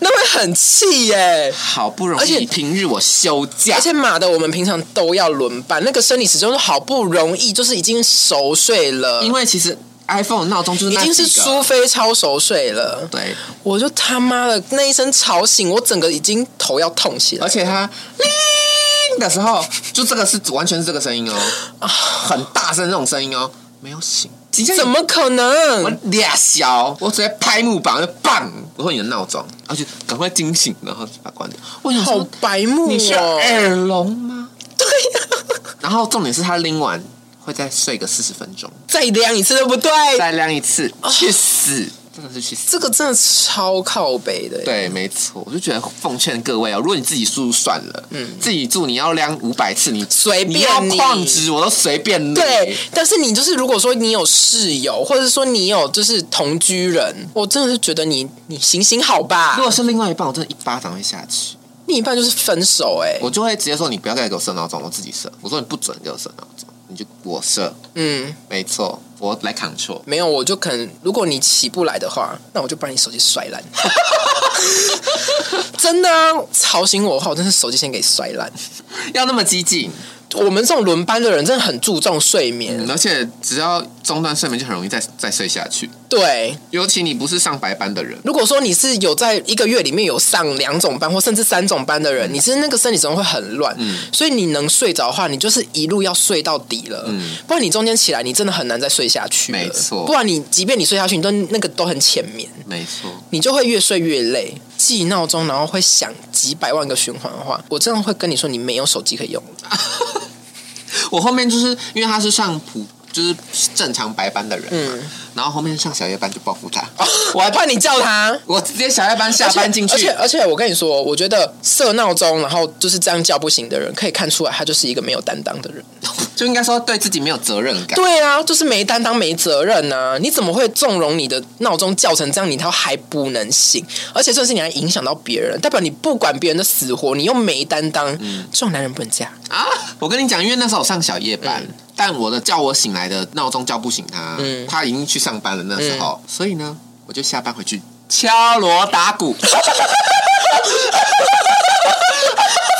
[SPEAKER 2] 那会很气耶、
[SPEAKER 1] 好不容
[SPEAKER 2] 而且
[SPEAKER 1] 易平日我休假
[SPEAKER 2] 而，且马的，我们平常都要轮班，那个生理时钟都好不容易，就是已经熟睡了，
[SPEAKER 1] 因为其实 iPhone 的闹钟就是
[SPEAKER 2] 已
[SPEAKER 1] 那
[SPEAKER 2] 经是
[SPEAKER 1] 几个
[SPEAKER 2] 苏菲超熟睡了。
[SPEAKER 1] 对，
[SPEAKER 2] 我就他妈的那一声吵醒，我整个已经头要痛起来
[SPEAKER 1] 而。且它铃的时候，就这个是完全是这个声音哦，很大声这种声音哦，没有醒，
[SPEAKER 2] 怎么可
[SPEAKER 1] 我
[SPEAKER 2] 能？
[SPEAKER 1] 俩小，我直接拍木板，我就棒，我说你的闹钟，而且赶快惊醒，然后就把它关掉。我想
[SPEAKER 2] 好
[SPEAKER 1] 说，
[SPEAKER 2] 白目
[SPEAKER 1] 你是
[SPEAKER 2] 哦！
[SPEAKER 1] 耳聋吗？
[SPEAKER 2] 对呀、
[SPEAKER 1] 然后重点是他拎完会再睡个四十分钟，
[SPEAKER 2] 再量一次对不对？
[SPEAKER 1] 再量一次，去死，真的是去死。
[SPEAKER 2] 这个真的超靠北的。，
[SPEAKER 1] 对，没错，我就觉得奉劝各位哦，如果你自己住算了，嗯，自己住你要量五百次，你
[SPEAKER 2] 随
[SPEAKER 1] 你
[SPEAKER 2] 便
[SPEAKER 1] 要
[SPEAKER 2] 你
[SPEAKER 1] 矿值我都随便你。
[SPEAKER 2] 对，但是你就是如果说你有室友，或者说你有就是同居人，我真的是觉得你你行行好吧
[SPEAKER 1] 如。果是另外一半，我真的一巴掌会下去，
[SPEAKER 2] 另一半就是分手哎、
[SPEAKER 1] 我就会直接说你不要再给我设闹钟，我自己设。我说你不准给我设闹钟，你就我设，
[SPEAKER 2] 嗯，
[SPEAKER 1] 没错，我来 control。
[SPEAKER 2] 没有，我就可能如果你起不来的话，那我就把你手机摔烂。 真的啊，吵醒我的话，我真是手机先给摔烂。
[SPEAKER 1] 要那么激进，
[SPEAKER 2] 我们这种轮班的人真的很注重睡眠，
[SPEAKER 1] 嗯而且只要中断睡眠，就很容易再再睡下去。
[SPEAKER 2] 对。
[SPEAKER 1] 尤其你不是上白班的人，
[SPEAKER 2] 如果说你是有在一个月里面有上两种班或甚至三种班的人，你是那个生理时钟会很乱，所以你能睡着的话，你就是一路要睡到底了，
[SPEAKER 1] 嗯
[SPEAKER 2] 不然你中间起来你真的很难再睡下去了，
[SPEAKER 1] 没错
[SPEAKER 2] 不然你即便你睡下去，你都那个都很浅眠，
[SPEAKER 1] 没错，
[SPEAKER 2] 你就会越睡越累。记闹钟然后会响几百万个循环的话，我真的会跟你说你没有手机可以用，
[SPEAKER 1] 我后面就是因为他是上普，就是正常白班的人嘛，
[SPEAKER 2] 嗯
[SPEAKER 1] 然后后面上小夜班就报复他，
[SPEAKER 2] 我还怕你叫他。
[SPEAKER 1] 我直接小夜班下
[SPEAKER 2] 而且
[SPEAKER 1] 班进
[SPEAKER 2] 而且
[SPEAKER 1] 去，
[SPEAKER 2] 而且我跟你说，我觉得设闹钟然后就是这样叫不醒的人，可以看出来他就是一个没有担当的人。
[SPEAKER 1] 就应该说对自己没有责任感。
[SPEAKER 2] 对啊，就是没担当、没责任呐、你怎么会纵容你的闹钟叫成这样，你他还不能醒？而且这是你还影响到别人，代表你不管别人的死活，你又没担当，这种男人不能嫁。
[SPEAKER 1] 啊！我跟你讲，因为那时候我上小夜班，但我的叫我醒来的闹钟叫不醒他，
[SPEAKER 2] 嗯
[SPEAKER 1] 他已经去上班了那时候，所以呢，我就下班回去敲锣打 鼓，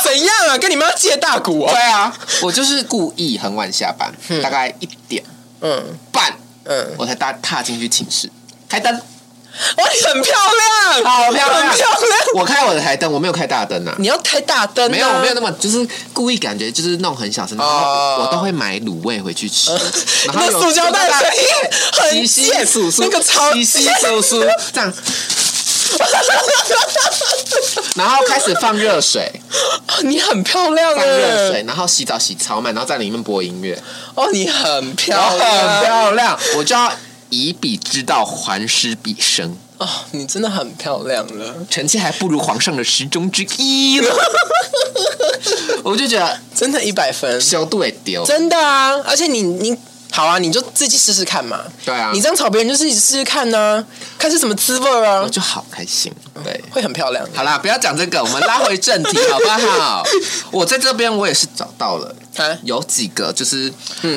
[SPEAKER 2] 怎样啊？跟你妈借大鼓哦
[SPEAKER 1] 对？啊，我就是故意很晚下班，大概一点
[SPEAKER 2] 嗯
[SPEAKER 1] 半，
[SPEAKER 2] 嗯，
[SPEAKER 1] 我才踏踏进去寝室，开灯，
[SPEAKER 2] 哇，你很漂 亮，
[SPEAKER 1] 好漂亮
[SPEAKER 2] 很漂亮。
[SPEAKER 1] 我开我的台灯，我没有开大灯啊。
[SPEAKER 2] 你要开大灯、啊？
[SPEAKER 1] 没有，我没有那么，就是故意感觉就是弄很小声，然后
[SPEAKER 2] 哦呃
[SPEAKER 1] 我都会买卤味回去吃，然后
[SPEAKER 2] 那
[SPEAKER 1] 有
[SPEAKER 2] 塑胶袋声音很
[SPEAKER 1] 稀稀
[SPEAKER 2] 贱
[SPEAKER 1] 疏疏，
[SPEAKER 2] 那个超
[SPEAKER 1] 稀稀疏疏这样，然后开始放热 水，
[SPEAKER 2] 哦你很漂亮
[SPEAKER 1] 放
[SPEAKER 2] 哎、
[SPEAKER 1] 热水，然后洗澡洗超慢，然后在里面播音乐，
[SPEAKER 2] 哦，你很漂
[SPEAKER 1] 然后
[SPEAKER 2] 亮，
[SPEAKER 1] 很漂亮，我就要以彼之道还施彼身，
[SPEAKER 2] 哦，你真的很漂亮了，
[SPEAKER 1] 臣妾还不如皇上的时钟之一呢， 我就觉得
[SPEAKER 2] 真的一百分，
[SPEAKER 1] 修对丢，
[SPEAKER 2] 真的啊！而且你你好啊，你就自己试试看嘛。
[SPEAKER 1] 对啊
[SPEAKER 2] 你这样吵别人就自己试试看呢、看是什么滋味儿
[SPEAKER 1] 我
[SPEAKER 2] 啊，
[SPEAKER 1] 就好开心，对。
[SPEAKER 2] 会很漂亮。
[SPEAKER 1] 好啦，不要讲这个，我们拉回正题好不好？ 我在这边我也是找到了，
[SPEAKER 2] 啊
[SPEAKER 1] 有几个就是、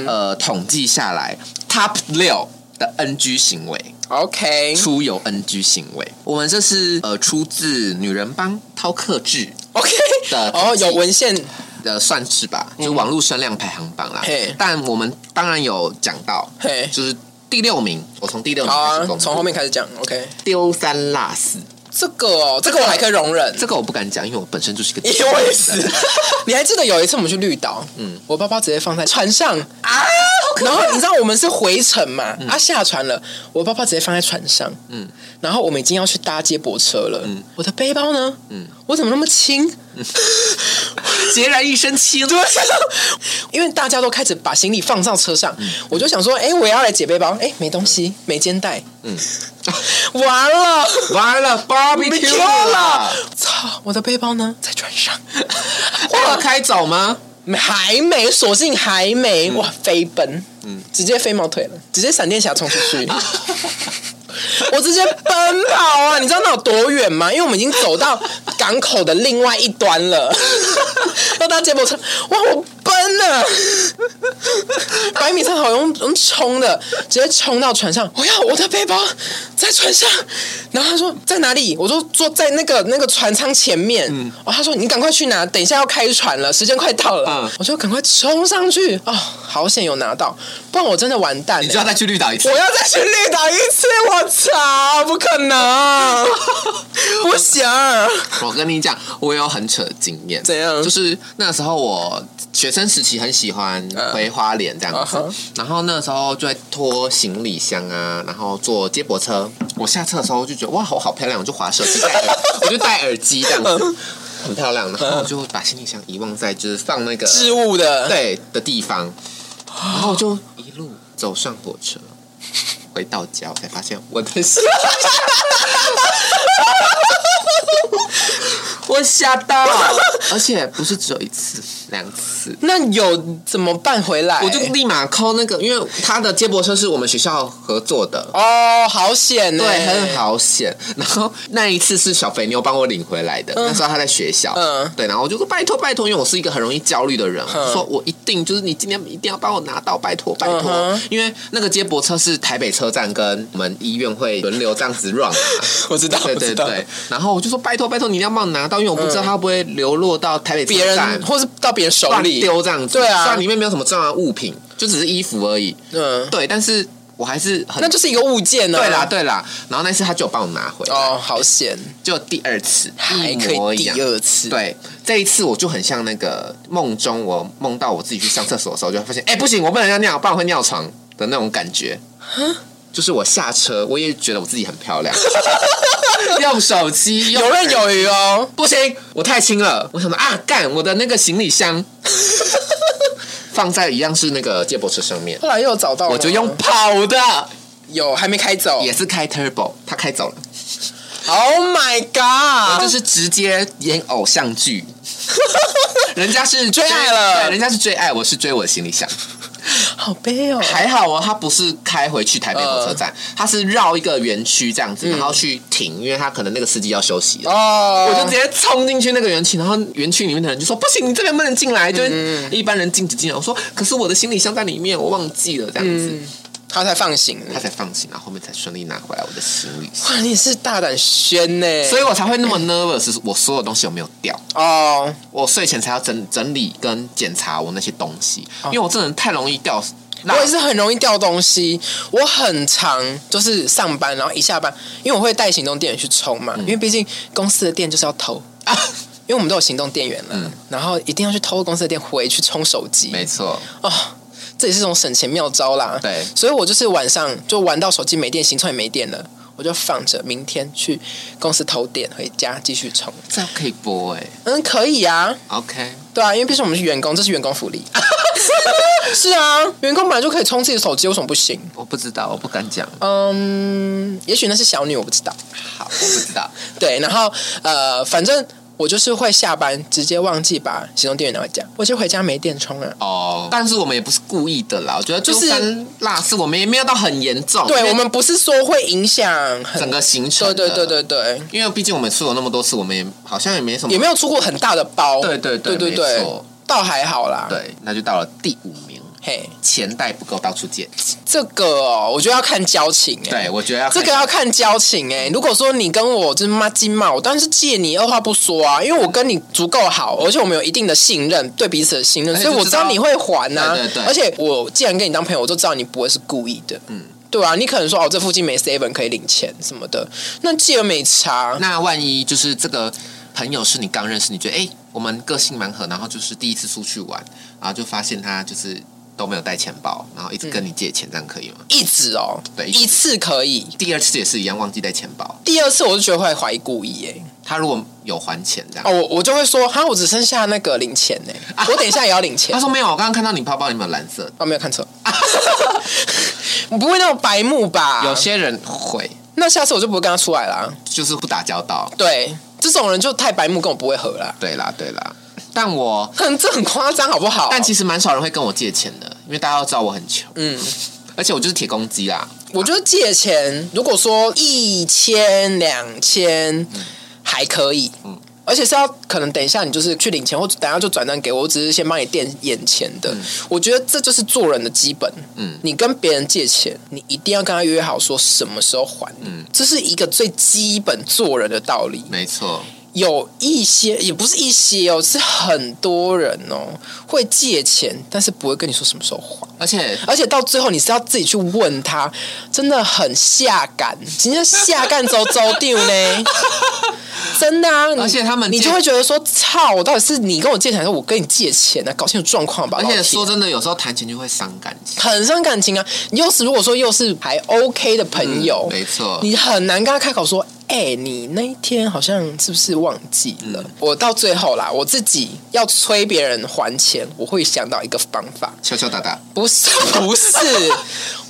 [SPEAKER 1] 呃统计下来 top 六的 NG 行为，
[SPEAKER 2] ，OK，
[SPEAKER 1] 出游 NG 行为。我们这是呃出自《女人帮》饕客志
[SPEAKER 2] OK，
[SPEAKER 1] 的
[SPEAKER 2] 哦，有文献，
[SPEAKER 1] 呃算是吧，就网络声量排行榜啦。
[SPEAKER 2] 嘿
[SPEAKER 1] 但我们当然有讲到，
[SPEAKER 2] 嘿，
[SPEAKER 1] 就是第六名，我从第六名
[SPEAKER 2] 好
[SPEAKER 1] 开始
[SPEAKER 2] 啊
[SPEAKER 1] 公，布，
[SPEAKER 2] 从后面开始讲，OK，
[SPEAKER 1] 丢三落四。
[SPEAKER 2] 这个哦，这个我还可以容忍。
[SPEAKER 1] 这个我不敢 讲，因为 我本身就是一个，
[SPEAKER 2] 因为是， 你还记得有一次我们去绿岛，嗯，我包包直接放在船上啊， 然后你知道我们是回程嘛，啊下船了，我包包直接放在船上，嗯，然后我们已经要去搭接驳车了，嗯，我的背包呢，嗯，我怎么那么 轻？
[SPEAKER 1] 孑然一身轻。
[SPEAKER 2] 对，因为大家都开始把行李放到车上，我就想说，哎，我也要来解背包，哎，没东西，没肩带，嗯， 完 了。
[SPEAKER 1] 完了，barbecue 了，
[SPEAKER 2] 操！我的背包呢？在船 上，
[SPEAKER 1] 花开早吗？
[SPEAKER 2] 没还没，索性还没，哇，飞奔，嗯，直接飞毛腿了，直接闪电侠冲出 去，我直接奔跑啊！你知道那有多远吗？因为我们已经走到港口的另外一端了，要搭接驳车，哇，我奔了，百米赛跑用用冲的，直接冲到船上，我要我的背包在船上，然后他说在哪里？我说坐在那个那个船舱前面，
[SPEAKER 1] 嗯
[SPEAKER 2] 哦，他说你赶快去拿，等一下要开船了，时间快到了，
[SPEAKER 1] 嗯
[SPEAKER 2] 我就赶快冲上去，哦，好险有拿到，不然我真的完蛋、了。
[SPEAKER 1] 你就要再去绿岛一次
[SPEAKER 2] 我。要再去绿岛一次，我操，不可 能，不行。
[SPEAKER 1] 我跟你讲，我也有很扯的经验。
[SPEAKER 2] 怎样
[SPEAKER 1] 就是那时候我学生时期很喜欢回花莲这样子
[SPEAKER 2] 嗯嗯哼
[SPEAKER 1] 然后那时候就在拖行李箱啊，然后坐接驳车。我下车的时候就觉得哇，我好漂亮，我就滑手机戴耳， 我就戴耳机这样
[SPEAKER 2] 嗯
[SPEAKER 1] 子，很漂亮。然后我就把行李箱遗忘在就是放那个
[SPEAKER 2] 置物的，
[SPEAKER 1] 对的地方，然后我就一路走上火车，回到家我才发现我的 行李我吓到，而且不是只有一次两次，
[SPEAKER 2] 那有怎么办回来？
[SPEAKER 1] 我就立马 call 那个，因为他的接驳车是我们学校合作的，
[SPEAKER 2] 哦，好险呢、
[SPEAKER 1] 对，很。好险。然后那一次是小肥妞帮我领回来的，那时候她在学校，
[SPEAKER 2] 嗯
[SPEAKER 1] 对，然后我就说拜托拜托，因为我是一个很容易焦虑的人，
[SPEAKER 2] 嗯
[SPEAKER 1] 我说我一定就是你今天一定要帮我拿到，拜托拜托，
[SPEAKER 2] 嗯哼
[SPEAKER 1] 因为那个接驳车是台北车站跟我们医院会轮流这样子 run 嘛。
[SPEAKER 2] 我知道，
[SPEAKER 1] 对
[SPEAKER 2] 我知
[SPEAKER 1] 对
[SPEAKER 2] 道，嗯
[SPEAKER 1] 对，然后我就说拜托拜托，你一定要帮我拿到，因为我不知道它会不会流落到台北
[SPEAKER 2] 别
[SPEAKER 1] 车站
[SPEAKER 2] 人，或是到别人手
[SPEAKER 1] 乱
[SPEAKER 2] 里
[SPEAKER 1] 丢这样子。
[SPEAKER 2] 对啊
[SPEAKER 1] 虽然里面没有什么重要的物品，就只是衣服而已。
[SPEAKER 2] 嗯，
[SPEAKER 1] 对，但是我还是很
[SPEAKER 2] 那就是一个物件呢、
[SPEAKER 1] 对啦，，对啦，然后那次他就有帮我拿回来，
[SPEAKER 2] 哦，好险，
[SPEAKER 1] 就第二次
[SPEAKER 2] 还
[SPEAKER 1] 一
[SPEAKER 2] 可
[SPEAKER 1] 模
[SPEAKER 2] 以
[SPEAKER 1] 一样
[SPEAKER 2] 第。二次，，
[SPEAKER 1] 对，这一次我就很像那个梦中，我梦到我自己去上厕所的时候，就发现，哎、不行，我不能尿尿，不然会尿床的那种感觉。就是我下车，我也觉得我自己很漂 亮，用手机，用
[SPEAKER 2] 游刃有余哦。
[SPEAKER 1] 不行，我太轻了。我想到啊，干，我的那个行李箱 放在一样是那个接驳车上面，
[SPEAKER 2] 后来又找到了
[SPEAKER 1] 我
[SPEAKER 2] 吗，
[SPEAKER 1] 就用跑的，
[SPEAKER 2] 有还没开走
[SPEAKER 1] 也是开 turbo，他开走了。
[SPEAKER 2] ，Oh my
[SPEAKER 1] 我就
[SPEAKER 2] God，
[SPEAKER 1] 是直接演偶像 剧，人家是
[SPEAKER 2] 追爱了
[SPEAKER 1] 对，人家是追爱，我是追我的行李箱。
[SPEAKER 2] 好悲哦，
[SPEAKER 1] 还好哦，他不是开回去台北火车站，他是绕一个园区这样子，然后去停，因为他可能那个司机要休息了。
[SPEAKER 2] 嗯哦，
[SPEAKER 1] 我就直接冲进去那个园区，然后园区里面的人就说：“不行，你这边不能进来，
[SPEAKER 2] 嗯
[SPEAKER 1] 就是嗯一般人禁止进来。”我说：“可是我的行李箱在里面，我忘记了。”这样子，
[SPEAKER 2] 嗯他才放行。
[SPEAKER 1] 他才放心，然后后面才顺利拿回来我的行李箱，
[SPEAKER 2] 哇，你是大胆宣呢、
[SPEAKER 1] 所以我才会那么 nervous，我所有东西有没有掉？
[SPEAKER 2] 哦，
[SPEAKER 1] 我睡前才要整整理跟检查我那些东西，因为我这人太容易掉。
[SPEAKER 2] 哦我也是很容易掉东西，我很常就是上班，然后一下班，因为我会带行动电源去充嘛，
[SPEAKER 1] 嗯
[SPEAKER 2] 因为毕竟公司的电就是要偷，
[SPEAKER 1] 啊，
[SPEAKER 2] 因为我们都有行动电源了，然后一定要去偷公司的电回去充手机，
[SPEAKER 1] 嗯没错，
[SPEAKER 2] 哦，这也是种省钱妙招啦。
[SPEAKER 1] 对
[SPEAKER 2] 所以我就是晚上就玩到手机没电，行充也没电了，我就放着，明天去公司偷电回家继续充。
[SPEAKER 1] 这样可以播哎、
[SPEAKER 2] 嗯，可以啊，
[SPEAKER 1] OK，
[SPEAKER 2] 对啊，因为毕竟我们是员工，这是员工福利。是啊，员工本来就可以充自己的手机，为什么不行？
[SPEAKER 1] 我不知道，我不敢讲。
[SPEAKER 2] 嗯，也许那是小女，我不知道。
[SPEAKER 1] 好，我不知道。
[SPEAKER 2] 对，然后呃，反正我就是会下班直接忘记把行动电源拿回家，我就回家没电充了。
[SPEAKER 1] 哦，但是我们也不是故意的啦，我觉得
[SPEAKER 2] 就
[SPEAKER 1] 就是是辣是我们也没有到很严重。因
[SPEAKER 2] 对，
[SPEAKER 1] 为
[SPEAKER 2] 我们不是说会影响很，
[SPEAKER 1] 整个行程
[SPEAKER 2] 对
[SPEAKER 1] 的，
[SPEAKER 2] 对对对对，
[SPEAKER 1] 因为毕竟我们出了那么多次，我们也好像也没什么
[SPEAKER 2] 也。没有出过很大的包。
[SPEAKER 1] 对对
[SPEAKER 2] 对
[SPEAKER 1] 对
[SPEAKER 2] 对
[SPEAKER 1] 没
[SPEAKER 2] 对
[SPEAKER 1] 错，
[SPEAKER 2] 倒还好啦。，
[SPEAKER 1] 对，那就到了第五名，
[SPEAKER 2] 嘿，
[SPEAKER 1] 钱袋不够到处借。
[SPEAKER 2] 这个哦，我觉得要看交情哎、
[SPEAKER 1] 对，我觉得要
[SPEAKER 2] 这个要看交情哎、如果说你跟我就是妈金嘛，我当然是借你，二话不说啊，因为我跟你足够好，而且我们有一定的信任，对彼此的信任，
[SPEAKER 1] 而且
[SPEAKER 2] 所以
[SPEAKER 1] 就
[SPEAKER 2] 我知
[SPEAKER 1] 知
[SPEAKER 2] 道
[SPEAKER 1] 道
[SPEAKER 2] 你会还呐、啊
[SPEAKER 1] 对对对
[SPEAKER 2] 而且我既然跟你当朋友，我就知道你不会是故意的。嗯，对啊，你可能说哦，这附近没 seven 可以领钱什么的，那既然没差，
[SPEAKER 1] 那万一就是这个朋友是你刚认识，你觉得哎、诶我们个性蛮合，然后就是第一次出去玩，然后就发现他就是都没有带钱包，然后一直跟你借钱，这样可以吗？
[SPEAKER 2] 一直哦，
[SPEAKER 1] 对
[SPEAKER 2] 一次可以，
[SPEAKER 1] 第二次也是一样，忘记带钱包，
[SPEAKER 2] 第二次我就觉得会怀疑故意哎。
[SPEAKER 1] 他如果有还钱这样，
[SPEAKER 2] 哦，我我就会说，哈，我只剩下那个零钱呢、
[SPEAKER 1] 啊
[SPEAKER 2] 我等一下也要领钱
[SPEAKER 1] 他。说没有，我刚刚看到你包包里面有蓝色的，
[SPEAKER 2] 哦，没有看错，你 不会那种白目吧？
[SPEAKER 1] 有些人会
[SPEAKER 2] 那下次我就不会跟他出来啦。
[SPEAKER 1] 就是不打交道，
[SPEAKER 2] 对，这种人就太白目，跟我不会合啦。
[SPEAKER 1] 对啦对啦，但我
[SPEAKER 2] 很这很夸张，好不好？
[SPEAKER 1] 但其实蛮少人会跟我借钱的，因为大家都知道我很穷，
[SPEAKER 2] 嗯，
[SPEAKER 1] 而且我就是铁公鸡啦，
[SPEAKER 2] 我觉得借钱，如果说一千、两千，还可以。
[SPEAKER 1] 嗯
[SPEAKER 2] 而且是要可能等一下你就是去领钱，或者等一下就转账给我，我只是先帮你垫眼前的。我觉得这就是做人的基本。
[SPEAKER 1] 嗯
[SPEAKER 2] 你跟别人借钱，你一定要跟他约好说什么时候还。
[SPEAKER 1] 嗯
[SPEAKER 2] 这是一个最基本做人的道理。
[SPEAKER 1] 没错，
[SPEAKER 2] 有一些也不是一些哦，是很多人哦会借钱，但是不会跟你说什么时候还。
[SPEAKER 1] 而且
[SPEAKER 2] 而且到最后你是要自己去问他，真的很下感，今天下感走走丢 呢，真的啊！你
[SPEAKER 1] 而且他们
[SPEAKER 2] 你
[SPEAKER 1] 借
[SPEAKER 2] 就会觉得说，操，到底是你跟我借钱，还是我跟你借钱呢、搞清楚状况吧。
[SPEAKER 1] 而
[SPEAKER 2] 老
[SPEAKER 1] 且
[SPEAKER 2] 铁
[SPEAKER 1] 说真的，有时候谈钱就会伤感情。
[SPEAKER 2] 很伤感情啊！你又是如果说又是还 OK 的朋友，
[SPEAKER 1] 嗯没错
[SPEAKER 2] 你很难跟他开口说，哎、你那一天好像是不是忘记了？我到最后啦，我自己要催别人还钱，我会想到一个方法，
[SPEAKER 1] 敲敲打打，
[SPEAKER 2] 不是不是，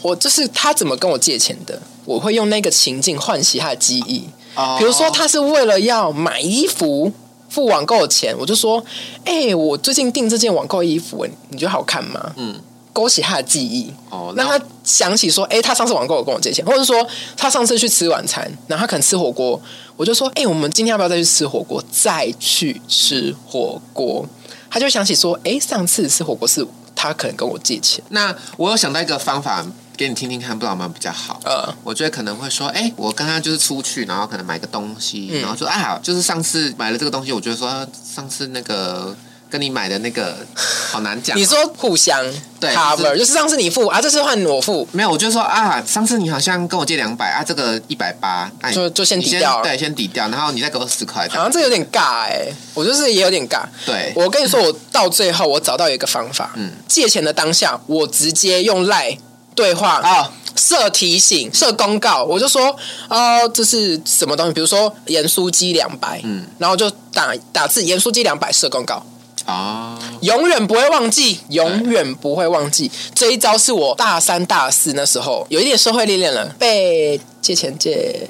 [SPEAKER 2] 我就是他怎么跟我借钱的，我会用那个情境唤起他的记忆。
[SPEAKER 1] 哦
[SPEAKER 2] 比如说，他是为了要买衣服付网购钱，我就说：“哎、我最近订这件网购衣服，你觉得好看吗？”
[SPEAKER 1] 嗯，
[SPEAKER 2] 勾起他的记忆，
[SPEAKER 1] 哦
[SPEAKER 2] 让
[SPEAKER 1] 那
[SPEAKER 2] 他想起说：“哎、他上次网购有跟我借钱，或者说他上次去吃晚餐，然后他可能吃火锅，我就说：‘哎、我们今天要不要再去吃火锅？再去吃火锅？’他就想起说：‘哎、上次吃火锅是他可能跟我借钱。’
[SPEAKER 1] 那我有想到一个方法给你听听看，不知道有没有比较好。
[SPEAKER 2] 呃，
[SPEAKER 1] 我觉得可能会说，哎、我跟他就是出去，然后可能买个东西，
[SPEAKER 2] 嗯
[SPEAKER 1] 然后说啊，就是上次买了这个东西，我觉得说啊上次那个跟你买的那 个好难讲哦。
[SPEAKER 2] 你说互相
[SPEAKER 1] 对
[SPEAKER 2] cover，
[SPEAKER 1] 就是
[SPEAKER 2] 就是上次你付啊，这次换我付，
[SPEAKER 1] 没有？我就说啊，上次你好像跟我借两百啊，这个一百八，那你
[SPEAKER 2] 就就先
[SPEAKER 1] 你
[SPEAKER 2] 抵掉
[SPEAKER 1] 对，先抵掉，然后你再给我十块这
[SPEAKER 2] 好
[SPEAKER 1] 样。
[SPEAKER 2] 像这有点尬哎、我就是也有点尬。
[SPEAKER 1] 对
[SPEAKER 2] 我跟你说，我到最后我找到一个方法，
[SPEAKER 1] 嗯
[SPEAKER 2] 借钱的当下，我直接用赖对话
[SPEAKER 1] 哦，
[SPEAKER 2] 设提醒、设公告，我就说，哦，这是什么东西？比如说盐酥鸡两百，嗯
[SPEAKER 1] 嗯，
[SPEAKER 2] 然后就打打字盐酥鸡两百设公告，啊
[SPEAKER 1] 哦，
[SPEAKER 2] 永远不会忘记，永远不会忘记。这一招是我大三、大四那时候有一点社会历练了，被借钱借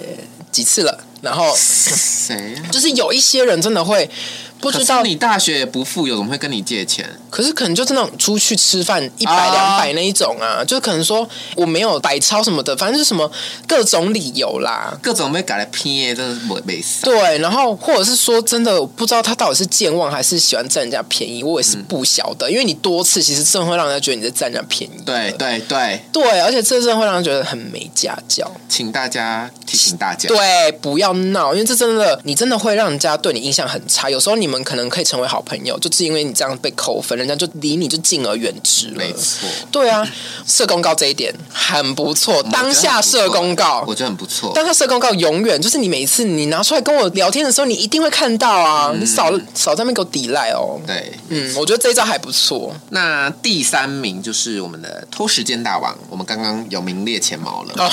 [SPEAKER 2] 几次了，然后
[SPEAKER 1] 谁呀、
[SPEAKER 2] 就是有一些人真的会不
[SPEAKER 1] 可
[SPEAKER 2] 知
[SPEAKER 1] 是
[SPEAKER 2] 道，
[SPEAKER 1] 你大学也不富有，怎么会跟你借钱？
[SPEAKER 2] 可是可能就是那种出去吃饭一百两
[SPEAKER 1] 啊
[SPEAKER 2] 百那一种啊，就是可能说我没有百超什么的，反正就是什么各种理由啦。
[SPEAKER 1] 各种被改来拼耶，真的是没没事。
[SPEAKER 2] 对，然后或者是说真的，我不知道他到底是健忘还是喜欢占人家便宜，我也是不晓得，因为你多次其实真的会让人家觉得你在占人家便宜。
[SPEAKER 1] 对对对，
[SPEAKER 2] 对，而且这真的会让人觉得很没家教。
[SPEAKER 1] 请大家提醒大家，
[SPEAKER 2] 对，不要闹，因为这真的，你真的会让人家对你印象很差。有时候你们可能可以成为好朋友，就是因为你这样被扣分，人家就离你就敬而远之了。
[SPEAKER 1] 没错，
[SPEAKER 2] 对啊，社公告这一点很不错，当下社公告。
[SPEAKER 1] 我觉得很不错。
[SPEAKER 2] 当下社公告永远就是你每一次你拿出来跟我聊天的时候，你一定会看到啊！你少
[SPEAKER 1] 嗯
[SPEAKER 2] 少在那边给我抵赖哦。
[SPEAKER 1] 对，
[SPEAKER 2] 嗯，我觉得这一招还不错。
[SPEAKER 1] 那第三名就是我们的拖时间大王，我们刚刚有名列前茅了。
[SPEAKER 2] 哦，